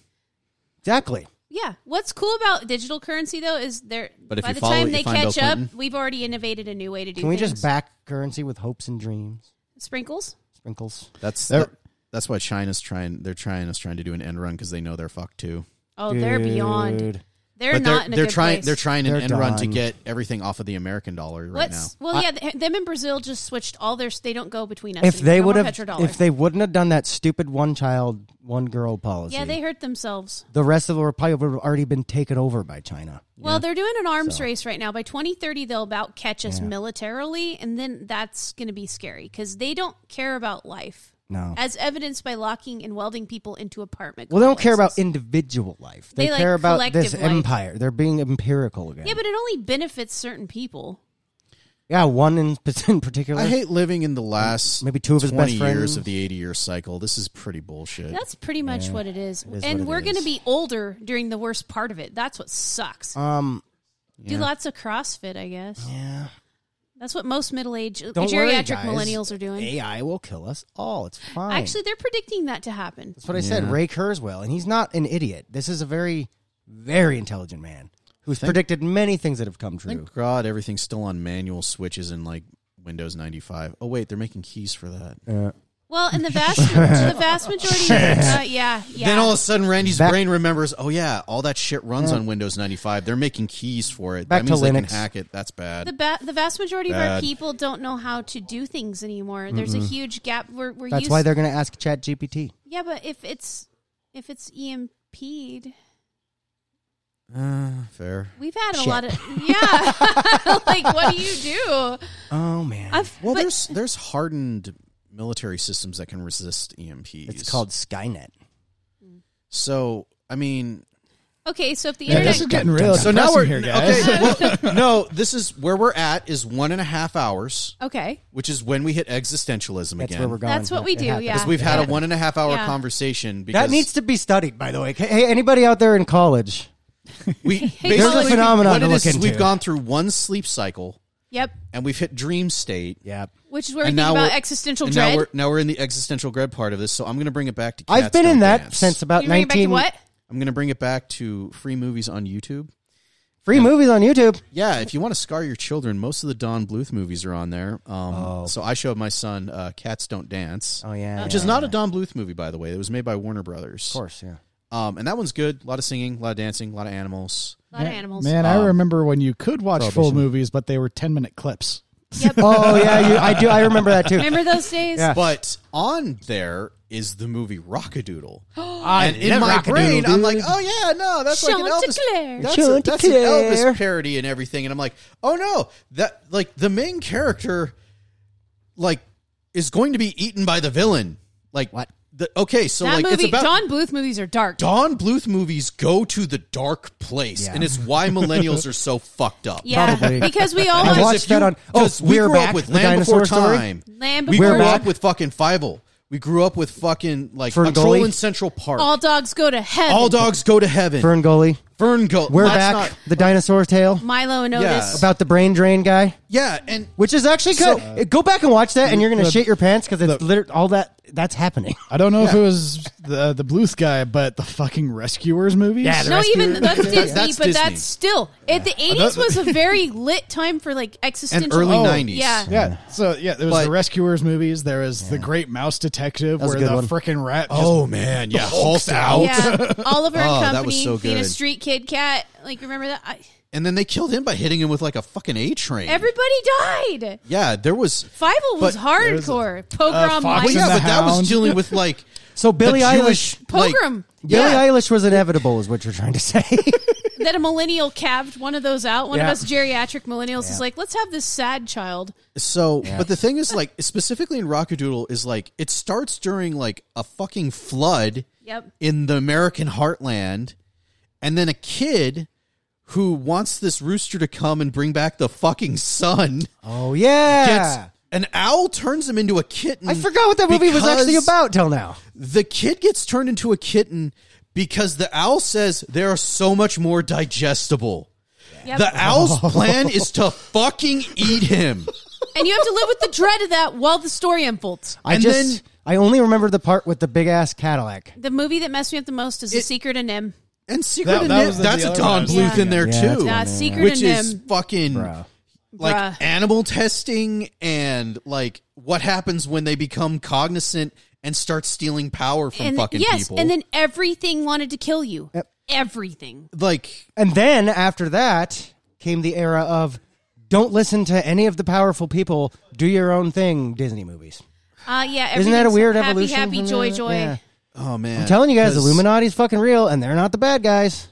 Exactly.
though. yeah. What's cool about digital currency though is there.
But if
by
you
the
follow
time
it, you
they
find Bill
catch up,
Clinton.
we've already innovated a new way to do.
Can we just
things.
back currency with hopes and dreams?
sprinkles?
Sprinkles.
That's
They're-
that's why China's trying. They're trying is trying to do an end run because they know they're fucked too.
Oh, they're beyond.
Dude.
They're
but
not
they're
in a
they're
good
trying
place.
they're trying an
They're
end run to
done.
get everything off of the American dollar right
What's
now.
well, yeah, th- them in Brazil just switched all their. They don't go between us.
If
anymore.
they
No
would
more
have,
petrodollar.
if they wouldn't have done that stupid one child, one girl policy,
yeah, they hurt themselves.
the rest of the world probably would have already been taken over by China.
Well, they're doing an arms race right now. By 2030, they'll about catch us militarily, and then that's going to be scary because they don't care about life,
No.
as evidenced by locking and welding people into apartment.
Well, they don't care about
complexes.
individual life. They,
They like
care about this
collective life.
empire. They're being empirical again.
Yeah, but it only benefits certain people.
yeah, one in, in particular.
I hate living in the last
Maybe two of his best
20
friends.
years of the 80 year cycle. This is pretty bullshit.
That's pretty much what it is,
is what it
and we're going to
is.
be older during the worst part of it. That's what sucks.
um,
Do lots of CrossFit, I guess.
yeah.
That's what most middle-aged
Don't worry,
geriatric
guys.
millennials are doing.
AI will kill us all. It's fine.
Actually, they're predicting that to happen.
That's what I said. Ray Kurzweil, and he's not an idiot. This is a very, very intelligent man who's predicted many things that have come true.
Thank God everything's still on manual switches and like Windows 95. Oh wait, they're making keys for that.
Well, and the vast the vast majority, uh, yeah, yeah.
Then all of a sudden, Randy's
Back-
brain remembers. Oh yeah, all that shit runs on Windows 95. They're making keys for it.
Back
that means
to
they
Linux.
can hack it. That's bad.
the ba- the vast majority of our
Bad.
people don't know how to do things anymore. There's a huge gap. We're we're
That's
used
why they're going to ask Chat GPT.
yeah, but if it's if it's E EMP'd,
Fair.
we've had
Shit.
a lot of yeah. like, what do you do?
Oh man,
I've,
Well,
but-
there's there's hardened military systems that can resist E EMPs.
it's called Skynet.
So I mean,
okay. So if the
Yeah,
internet
this is getting real.
so now we're
here, guys.
Okay, well, no, this is where we're at. Is one and a half hours,
okay,
which is when we hit existentialism
That's
again.
where we're going.
That's what we
It
do,
happens.
yeah.
Because we've had
Yeah.
a one and a half hour
Yeah.
conversation. Because
That needs to be studied, by the way. Hey, anybody out there in college?
we
There's a
basically
phenomenon
what it
to
is
look
is We've
into.
gone through one sleep cycle
yep.
and we've hit dream state.
Yeah,
Which is where
And
we think
now
about
we're-
existential
And
dread.
now we're now we're in the existential dread part of this, so I'm going to bring it back to.
I've
Cats
been
Don't
in that
Dance.
since about
you bring it back to
nineteen.
what?
I'm going to bring it back to free movies on YouTube.
Free movies on YouTube.
Yeah, if you want to scar your children, most of the Don Bluth movies are on there. Um, So I showed my son uh, Cats Don't Dance,
Oh yeah,
which is not a Don Bluth movie, by the way. It was made by Warner Brothers.
Of course, yeah.
Um, and that one's good. A lot of singing, a lot of dancing, a lot of animals.
A lot of animals.
Man,
Um,
I remember when you could watch full
Prohibition.
movies, but they were ten minute clips.
Yep.
Oh yeah, you, I do. I remember that too.
Remember those days?
Yeah.
But on there is the movie Rockadoodle.
I
and in my
love Rockadoodle,
brain, I'm
dude.
like, oh yeah, no, that's like an
Chanticleer.
Elvis. That's, a, that's an
Chanticleer.
Elvis parody and everything. And I'm like, oh no, that like the main character, like, is going to be eaten by the villain. Like
What?
The, okay, so
that
like
movie,
it's about
John Bluth movies are dark.
Don Bluth movies go to the dark place,
Yeah.
and it's why millennials are so fucked up.
Yeah,
Probably.
because we all
I
watch
watched
if
that on- oh,
'cause we
We're
grew
Back,
up with
the
Land Before
dinosaur story?
Time.
Land
we
Before
grew
Time.
up with fucking Fievel. We grew up with fucking like
Ferngully?
a troll in Central Park.
all dogs go to heaven.
All dogs go to heaven.
Fern Gully.
Fern go.
We're
that's
back.
not-
the dinosaur tale
Milo and Otis.
Yeah.
about the brain drain guy,
yeah, and
which is actually good. go back and watch that, and you're gonna
The-
shit your pants because it's
the-
liter- all that that's happening.
I don't know if it was the the Bluth guy, but the fucking Rescuers movies.
Yeah, the
No,
rescue-
even that's Disney,
That's
but
Disney.
that's still. It, the eighties was a very lit time for like existential
early
Oh,
90s.
Yeah,
Yeah, so yeah, there was
But-
the Rescuers movies. There was the Great Mouse Detective,
was a
where
good
the
one.
freaking rat. Just,
Oh man, yeah, hulked out.
yeah. Oliver
Oh,
and
that
Company
was so
being a
good.
street kid cat. Like remember that? I,
And then they killed him by hitting him with like a fucking A train.
everybody died.
yeah, there was.
Fivel was
But
hardcore.
uh,
Pogrom,
Fox
Well,
Fox
Mike.
and
yeah,
the
but that
Hound.
was dealing with like
So Billie
the
Eilish,
Jewish, like-
Pogrom.
Billie
yeah.
Eilish was inevitable, is what you're trying to say.
that a millennial calved one of those out. One of
Yeah.
us geriatric millennials is like, let's have this sad child.
So, but the thing is, like, specifically in Rockadoodle, is like it starts during like a fucking flood
Yep.
in the American heartland, and then a kid who wants this rooster to come and bring back the fucking sun
oh yeah,
gets an owl turns him into a kitten.
I forgot what that movie was actually
because
about till now.
The kid gets turned into a kitten because the owl says they are so much more digestible.
Yep.
The owl's plan is to fucking eat him.
and you have to live with the dread of that while the story unfolds.
I
And
just
then-
I only remember the part with the big ass Cadillac.
The movie that messed me up the most is The
It-
Secret and Nim.
And Secret
That-
and
that
Nim-
was the-
that's
the
a
other
Don
one I was
Bluth in
thinking
there
of.
Yeah,
too.
Nah, Secret
Which
and
is
Nim.
fucking
Bruh.
like
Bruh.
animal testing and like what happens when they become cognizant and start stealing power from
And
fucking
yes,
people.
and then everything wanted to kill you. Everything.
like
And then after that came the era of don't listen to any of the powerful people, do your own thing, Disney movies.
Uh, yeah.
Isn't that a
everything's
weird
happy,
evolution?
Happy,
from
joy,
that?
joy.
Yeah.
oh man.
I'm telling you guys,
'Cause
Illuminati's fucking real, and they're not the bad guys.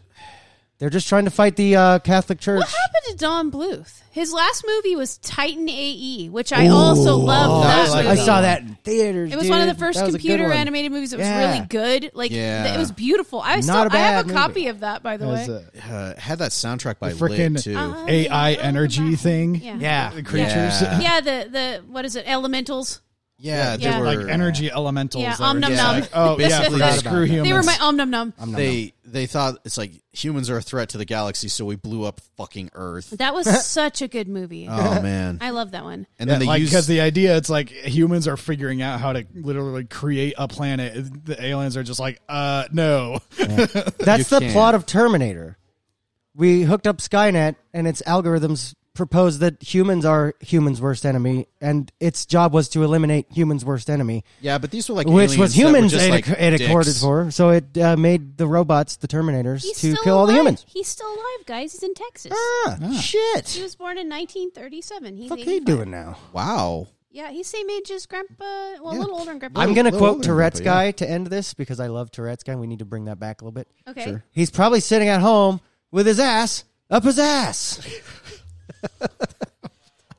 They're just trying to fight the uh, Catholic Church.
What happened to Don Bluth? His last movie was Titan AE, which I also loved.
I
that
like
Oh, I
movie.
saw that in theaters.
It was one of the
dude.
first
That was a good
computer
one.
animated movies that was
Yeah.
really good. Like
Yeah.
th- it was beautiful. I still
Not a
I have a
bad
copy
movie.
of that by the
It was
way.
a
uh, had that soundtrack by
frickin'
Lit too.
Uh-huh.
AI energy thing.
Yeah.
Yeah.
The creatures.
Yeah.
Yeah, the the what is it? Elementals.
yeah, they
Yeah.
were
Like energy elementals.
Yeah,
that were
Om Nom
just
Nom.
like, Oh, yeah,
Basically,
for
they-
screw humans.
They were my om nom nom.
They they thought it's like humans are a threat to the galaxy, so we blew up fucking Earth.
That was such a good movie.
Oh man!
I love that one.
And
Yeah,
then they
like
used
because the idea it's like humans are figuring out how to literally create a planet. The aliens are just like, uh, no.
That's
You
the
can't.
plot of Terminator. We hooked up Skynet, and its algorithms proposed that humans are humans' worst enemy, and its job was to eliminate humans' worst enemy,
yeah, but these were like
which
aliens
was
that were
humans.
just
It,
like
it
dicks.
accorded for, so it uh, made the robots, the Terminators,
He's
to
still
kill all the
alive.
humans.
He's still alive, guys. He's in Texas.
Ah,
He
Shit!
was born in 1937. He's
What the fuck
85.
are you doing now?
Wow.
Yeah, he's same age as Grandpa. Well, a little older than Grandpa.
I'm gonna
little
quote
older than
Tourette's
Papa, yeah.
guy to end this because I love Tourette's guy. and We need to bring that back a little bit.
Okay.
He's probably sitting at home with his ass up his ass.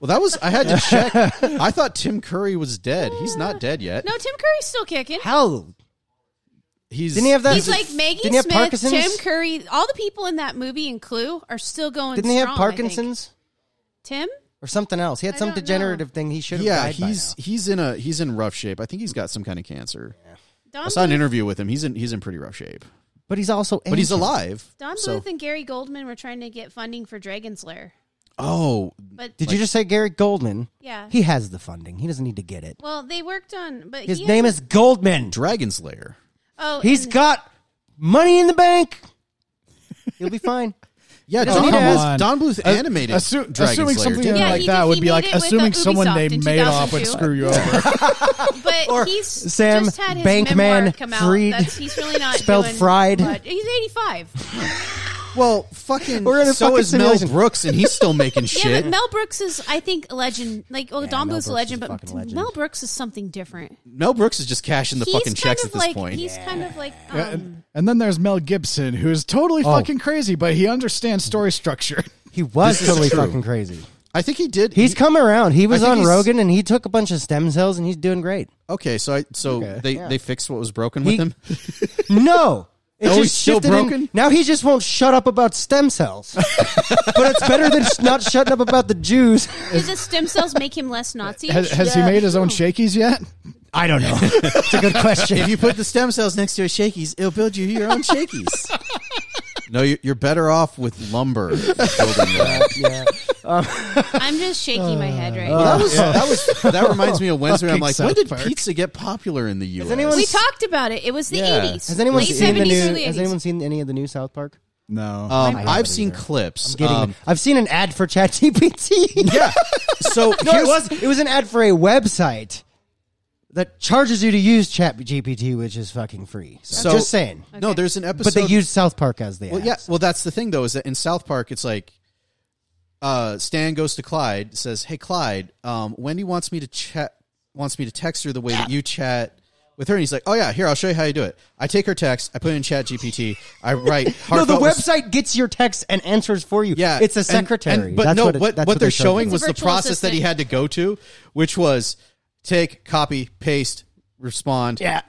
Well, that was I had to check. I thought Tim Curry was dead. He's not dead yet.
No, Tim Curry's still kicking.
How
he's
didn't he have that?
He's like Maggie
didn't he have
Smith,
Parkinson's?
Tim Curry. All the people in that movie and Clue are still going.
Didn't he have
strong, I think.
Parkinson's
Tim?
or something else? He had
I
some
don't know.
degenerative thing. He should have
Yeah,
died by
he's he's in a he's in rough shape. I think he's got some kind of cancer.
Don
I saw an
Bluth-
interview with him. He's in he's in pretty rough shape,
now. But he's also
but he's
ancient.
alive.
Don
so-
Bluth and Gary Goldman were trying to get funding for Dragon's Lair,
Oh,
but
Did you just say Gary Goldman?
yeah,
He has the funding. He doesn't need to get it.
well, they worked on, but
His
he
name
hasn't-
is Goldman.
Dragon's Lair.
oh,
He's
and-
got money in the bank. He'll be fine.
Yeah,
doesn't
Don
need to
Bluth,
ask.
Don Bluth animated.
Assu-
Dragon's
assuming
Lair,
something
didn't
Yeah,
he?
like
he
that
did-
would
he
be
made
like
it with,
assuming
uh,
someone
Ubisoft
named
in
Madoff would
2002.
screw you over.
but he's
Sam
just had his
Bankman
memoir come out.
Fried,
That's, he's really not
spelled
doing
fried.
much. He's eighty-five.
Well, fucking.
We're in a
so
fucking
is
simulation.
Mel Brooks, and he's still making
yeah,
shit.
but Mel Brooks is, I think, a legend. Like, oh, Don
Mel
Bluth's a
Brooks is
legend,
a
but
fucking legend.
Mel Brooks is something different.
Mel Brooks is just cashing the
he's
fucking
kind
checks
of
at this
like,
point.
He's kind of like, um,
and, and then there's Mel Gibson, who is totally
Oh.
fucking crazy, but he understands story structure.
He was
This is
totally
true.
fucking crazy.
I think he did.
He's
he-
come around. He was
think
on
he's-
Rogan and he took a bunch of stem cells and he's doing great.
okay. So I so they they fixed what was broken
He-
with him.
No. It's
Oh, he's
just
still
shifted in-
broken?
now he just won't shut up about stem cells. but it's better than sh- not shutting up about the Jews.
does the stem cells make him less Nazi?
Has, has
Yeah.
he made his own shakies yet?
I don't know. it's a good question.
If you put the stem cells next to a shakies, it'll build you your own shakies. no, you- you're better off with lumber. building that.
yeah.
I'm just shaking my head right
Well, that was that was that reminds me of Wednesday. I'm
Fucking
like, when
South
did
Park.
pizza get popular in the U.S.?
anyone
now. We
s-
talked about it. It was the
uh, Yeah.
80s.
Has anyone
late
seen
70s,
the new?
early 80s.
Has anyone seen any of the new South Park?
No.
um, I've
haven't
seen
either.
clips.
Getting,
um,
I've seen an ad for ChatGPT.
yeah. So
no, it
here's-
was it was an ad for a website that charges you to use ChatGPT, which is fucking free. So,
So-
just saying.
No, there's an
But
episode.
they used South Park as the
Well,
ad.
yeah. Well, that's the thing though is that in South Park, it's like uh, Stan goes to Clyde, says, "Hey, Clyde, um, Wendy wants me to chat, wants me to text her the way that you chat." With her, and he's like, "Oh yeah, here I'll show you how you do it." I take her text, I put it in Chat GPT, I write.
No, the
heartfelt res-
website gets your text and answers for you.
Yeah,
it's a
and-
secretary.
and- but
That's
no,
what, it-
what,
that's
what they're
they showed
showing
us.
was
It's a
the
virtual
process that he
assistant.
had to go to, which was take, copy, paste, respond.
yeah,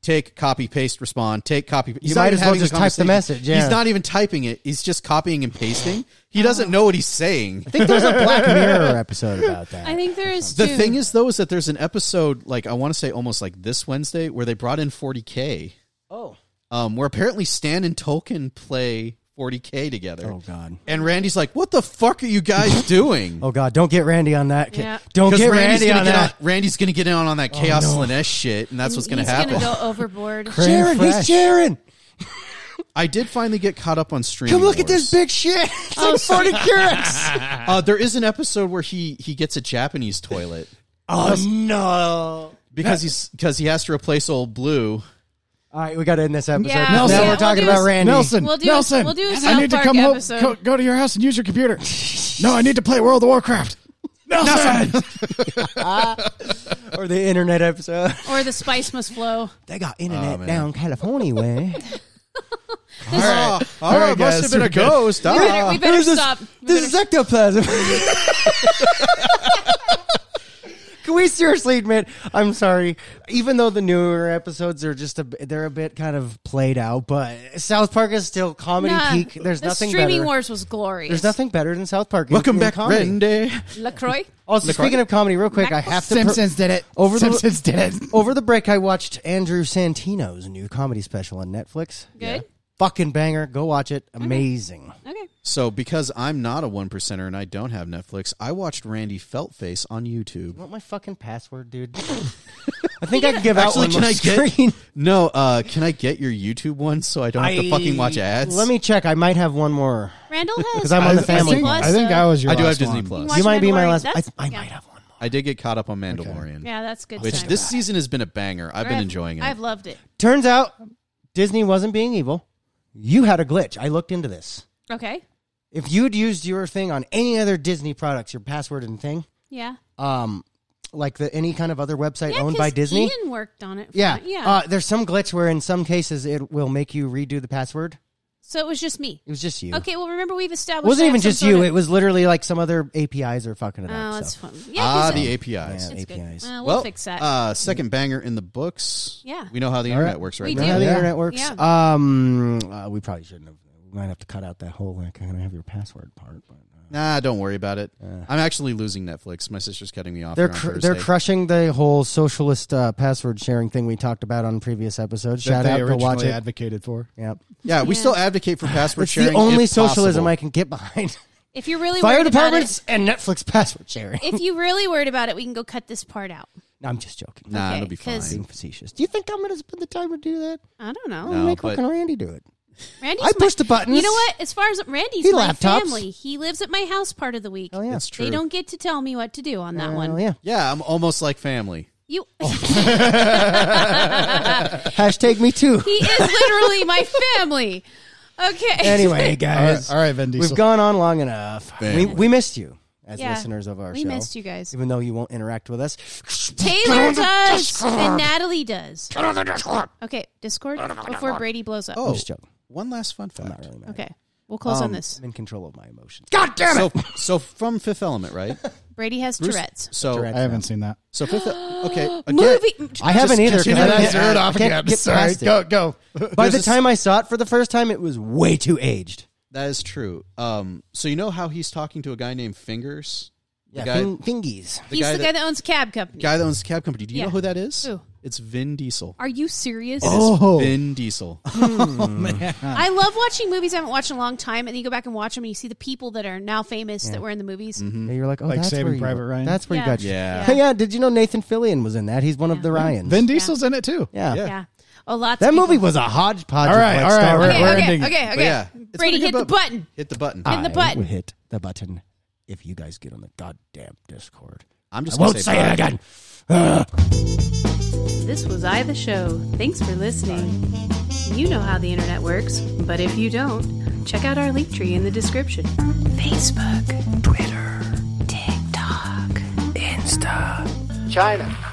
Take, copy, paste, respond. Take, copy. He's
You
not
might
even
as well
having
just type the
conversation.
message, yeah.
He's not even typing it. He's just copying and pasting.
Oh.
He doesn't know what he's saying.
I think there's a Black Mirror episode about that.
I think there is
The
too.
thing is, though, is that there's an episode like I want to say almost like this Wednesday where they brought in 40k,
oh,
um, where apparently Stan and Tolkien play 40k together.
oh God.
And Randy's like, "What the fuck are you guys doing?"
Oh God! Don't get Randy on that. kid.
Yeah.
Don't
Because
get
Randy's
Randy
gonna
on
get
that. Oh,
on, Randy's gonna get in on that chaos Slanesh shit, and that's what's gonna
He's
happen.
gonna go overboard.
Sharon,
Fresh.
who's Sharon?
I did finally get caught up on stream.
Come look at this big shit. It's
Oh,
like forty carats.
Uh, there is an episode where he he gets a Japanese toilet
Oh no!
because he's because he has to replace old Blue.
All right, we got to end this episode.
Yeah,
now
Nelson.
we're
yeah,
we'll
talking
do
about
a-
Randy.
Nelson,
We'll do a-
Nelson,
we'll do a
I
South
need to
Park
come home,
episode.
go, go to your house and use your computer. no, I need to play World of Warcraft. Nelson,
or the internet episode.
Or the spice must flow.
They got internet down California way.
Oh, oh,
All right,
it must
guys,
have been a
super good.
ghost.
We
Ah.
better, we better
There's a-
stop. We
This
better-
is ectoplasm. Can we seriously admit? I'm sorry. Even though the newer episodes are just a, b- they're a bit kind of played out, but South Park is still comedy
Nah,
peak. There's
the
nothing
streaming
better.
wars was glorious.
There's nothing better than South Park. in-
Welcome
in
back,
comedy.
Randy.
Lacroix.
Also, speaking of comedy, real quick, I have to. pro-
Simpsons did it.
Over the-
Simpsons did it.
over the break, I watched Andrew Santino's new comedy special on Netflix.
Good.
Fucking banger. Go watch it. Amazing.
Okay.
So, because I'm not a one percenter and I don't have Netflix, I watched Randy Feltface on YouTube.
Want my fucking password, dude? I think I can give out
Actually,
one
can
more
I get
screen.
no? Uh, can I get your YouTube one so I don't have to fucking watch
I-
ads?
Let me check. I might have one more.
Randall has.
'Cause I'm on the family
Disney
plan.
Plus,
I think
so-
I was your.
I do have
last
Disney
one.
Plus.
You watch
you might be my
Mandalorian.
last. I,
That's-
I
yeah.
might have one more.
I did get caught up on Mandalorian,
Yeah, that's good.
which
time.
this season has been a banger. I've been enjoying it.
I've loved it.
Turns out Disney wasn't being evil. You had a glitch. I looked into this.
Okay.
If you'd used your thing on any other Disney products, your password and thing,
Yeah.
um, like the any kind of other website
Yeah,
owned
'cause
by Disney,
Ian worked on it. for
yeah,
it. Yeah.
Uh, there's some glitch where in some cases it will make you redo the password.
so it was just me.
It was just you.
Okay. Well, remember we've established.
It wasn't
I
even
have some
just
sort
you.
of-
It was literally like some other APIs are fucking it
Oh,
up.
that's
so.
fun. Yeah.
ah,
'cause
the
it-
APIs.
Yeah.
it's good.
APIs.
Uh, we'll,
Well,
fix that.
Uh, second banger in the books.
Yeah.
we know how the internet works, right?
We
now.
You know how the
Yeah.
internet works. Um, uh, we probably shouldn't have. We might have to cut out that whole like I'm gonna have your password part. But uh,
Nah, don't worry about it. I'm actually losing Netflix. My sister's cutting me off.
they're
here on
cr-
Thursday.
they're crushing the whole socialist uh, password sharing thing we talked about on previous episodes.
That
Shout
they
out go
originally
watch it.
advocated for.
Yep.
yeah, we
Yeah.
still advocate for password
It's
sharing.
the only
if
socialism
possible.
I can get behind.
if you're really
Fire
worried
departments and Netflix password sharing.
About it, if you're really worried about it, we can go cut this part out.
no, I'm just joking.
Nah,
okay,
it'll be
'cause-
fine.
Being facetious. Do you think I'm gonna spend the time to do that?
I don't know.
No,
Make
but-
fucking Randy do it.
Randy's
I pushed
my,
the buttons.
You know what? As far as Randy's
He
my
laptops.
family, he lives at my house part of the week.
Oh yeah,
It's true.
They don't get to tell me what to do on that
Hell
one.
yeah.
Yeah, I'm almost like family.
You,
Hashtag me too.
he is literally my family. Okay.
anyway, guys.
All right, all right, Vin Diesel.
We've gone on long enough. We,
Family.
we missed you as
Yeah.
listeners of our
We
show.
missed you guys.
Even though you won't interact with us.
Taylor does, and Natalie does. Okay, Discord before Brady blows up.
Oh,
just joking.
one last fun fact.
Okay, we'll close on
Um,
this.
I'm in control of my emotions.
so, so from Fifth Element, right?
Brady has
Bruce-
Tourette's.
So,
I haven't seen that.
so Fifth. E, Okay, again,
Movie.
I haven't either. 'cause
Continue
I
to
can't-
tear it
I
off
can't
again.
get
Sorry,
past it.
go go.
By the
this-
time I saw it for the first time, it was way too aged.
That is true. Um, so you know how he's talking to a guy named Fingers,
Yeah,
guy-
fing- fingies.
He's
guy
the guy that owns a cab company.
guy that owns the cab company. Do you
Yeah.
know who that is?
Who?
It's Vin Diesel.
Are you serious?
It is
Oh.
Vin Diesel.
I love watching movies I haven't watched in a long time, and then you go back and watch them, and you see the people that are now famous that were in the movies.
And you're like, oh,
Like
that's
Saving
where you-
Private Ryan?
That's where you
Yeah.
got. your-
Yeah.
Hey, yeah. Did you know Nathan Fillion was in that? He's one of the Ryans.
Vin Diesel's in it too.
yeah.
Yeah. oh, lots.
That
of people-
movie was a hodgepodge.
All right,
of like
all right,
Star
we're-
Wars.
Okay,
we're
okay,
ending.
okay, okay,
But yeah, it's
Brady,
been a
hit the
good
button.
Hit the button.
in the
I
button.
will hit the button if you guys get on the goddamn Discord.
I'm
I
just
won't
gonna
say it
bye.
again.
This was I the Show. Thanks for listening. You know how the internet works, but if you don't, check out our link tree in the description. Facebook, Twitter, TikTok, Insta.
China.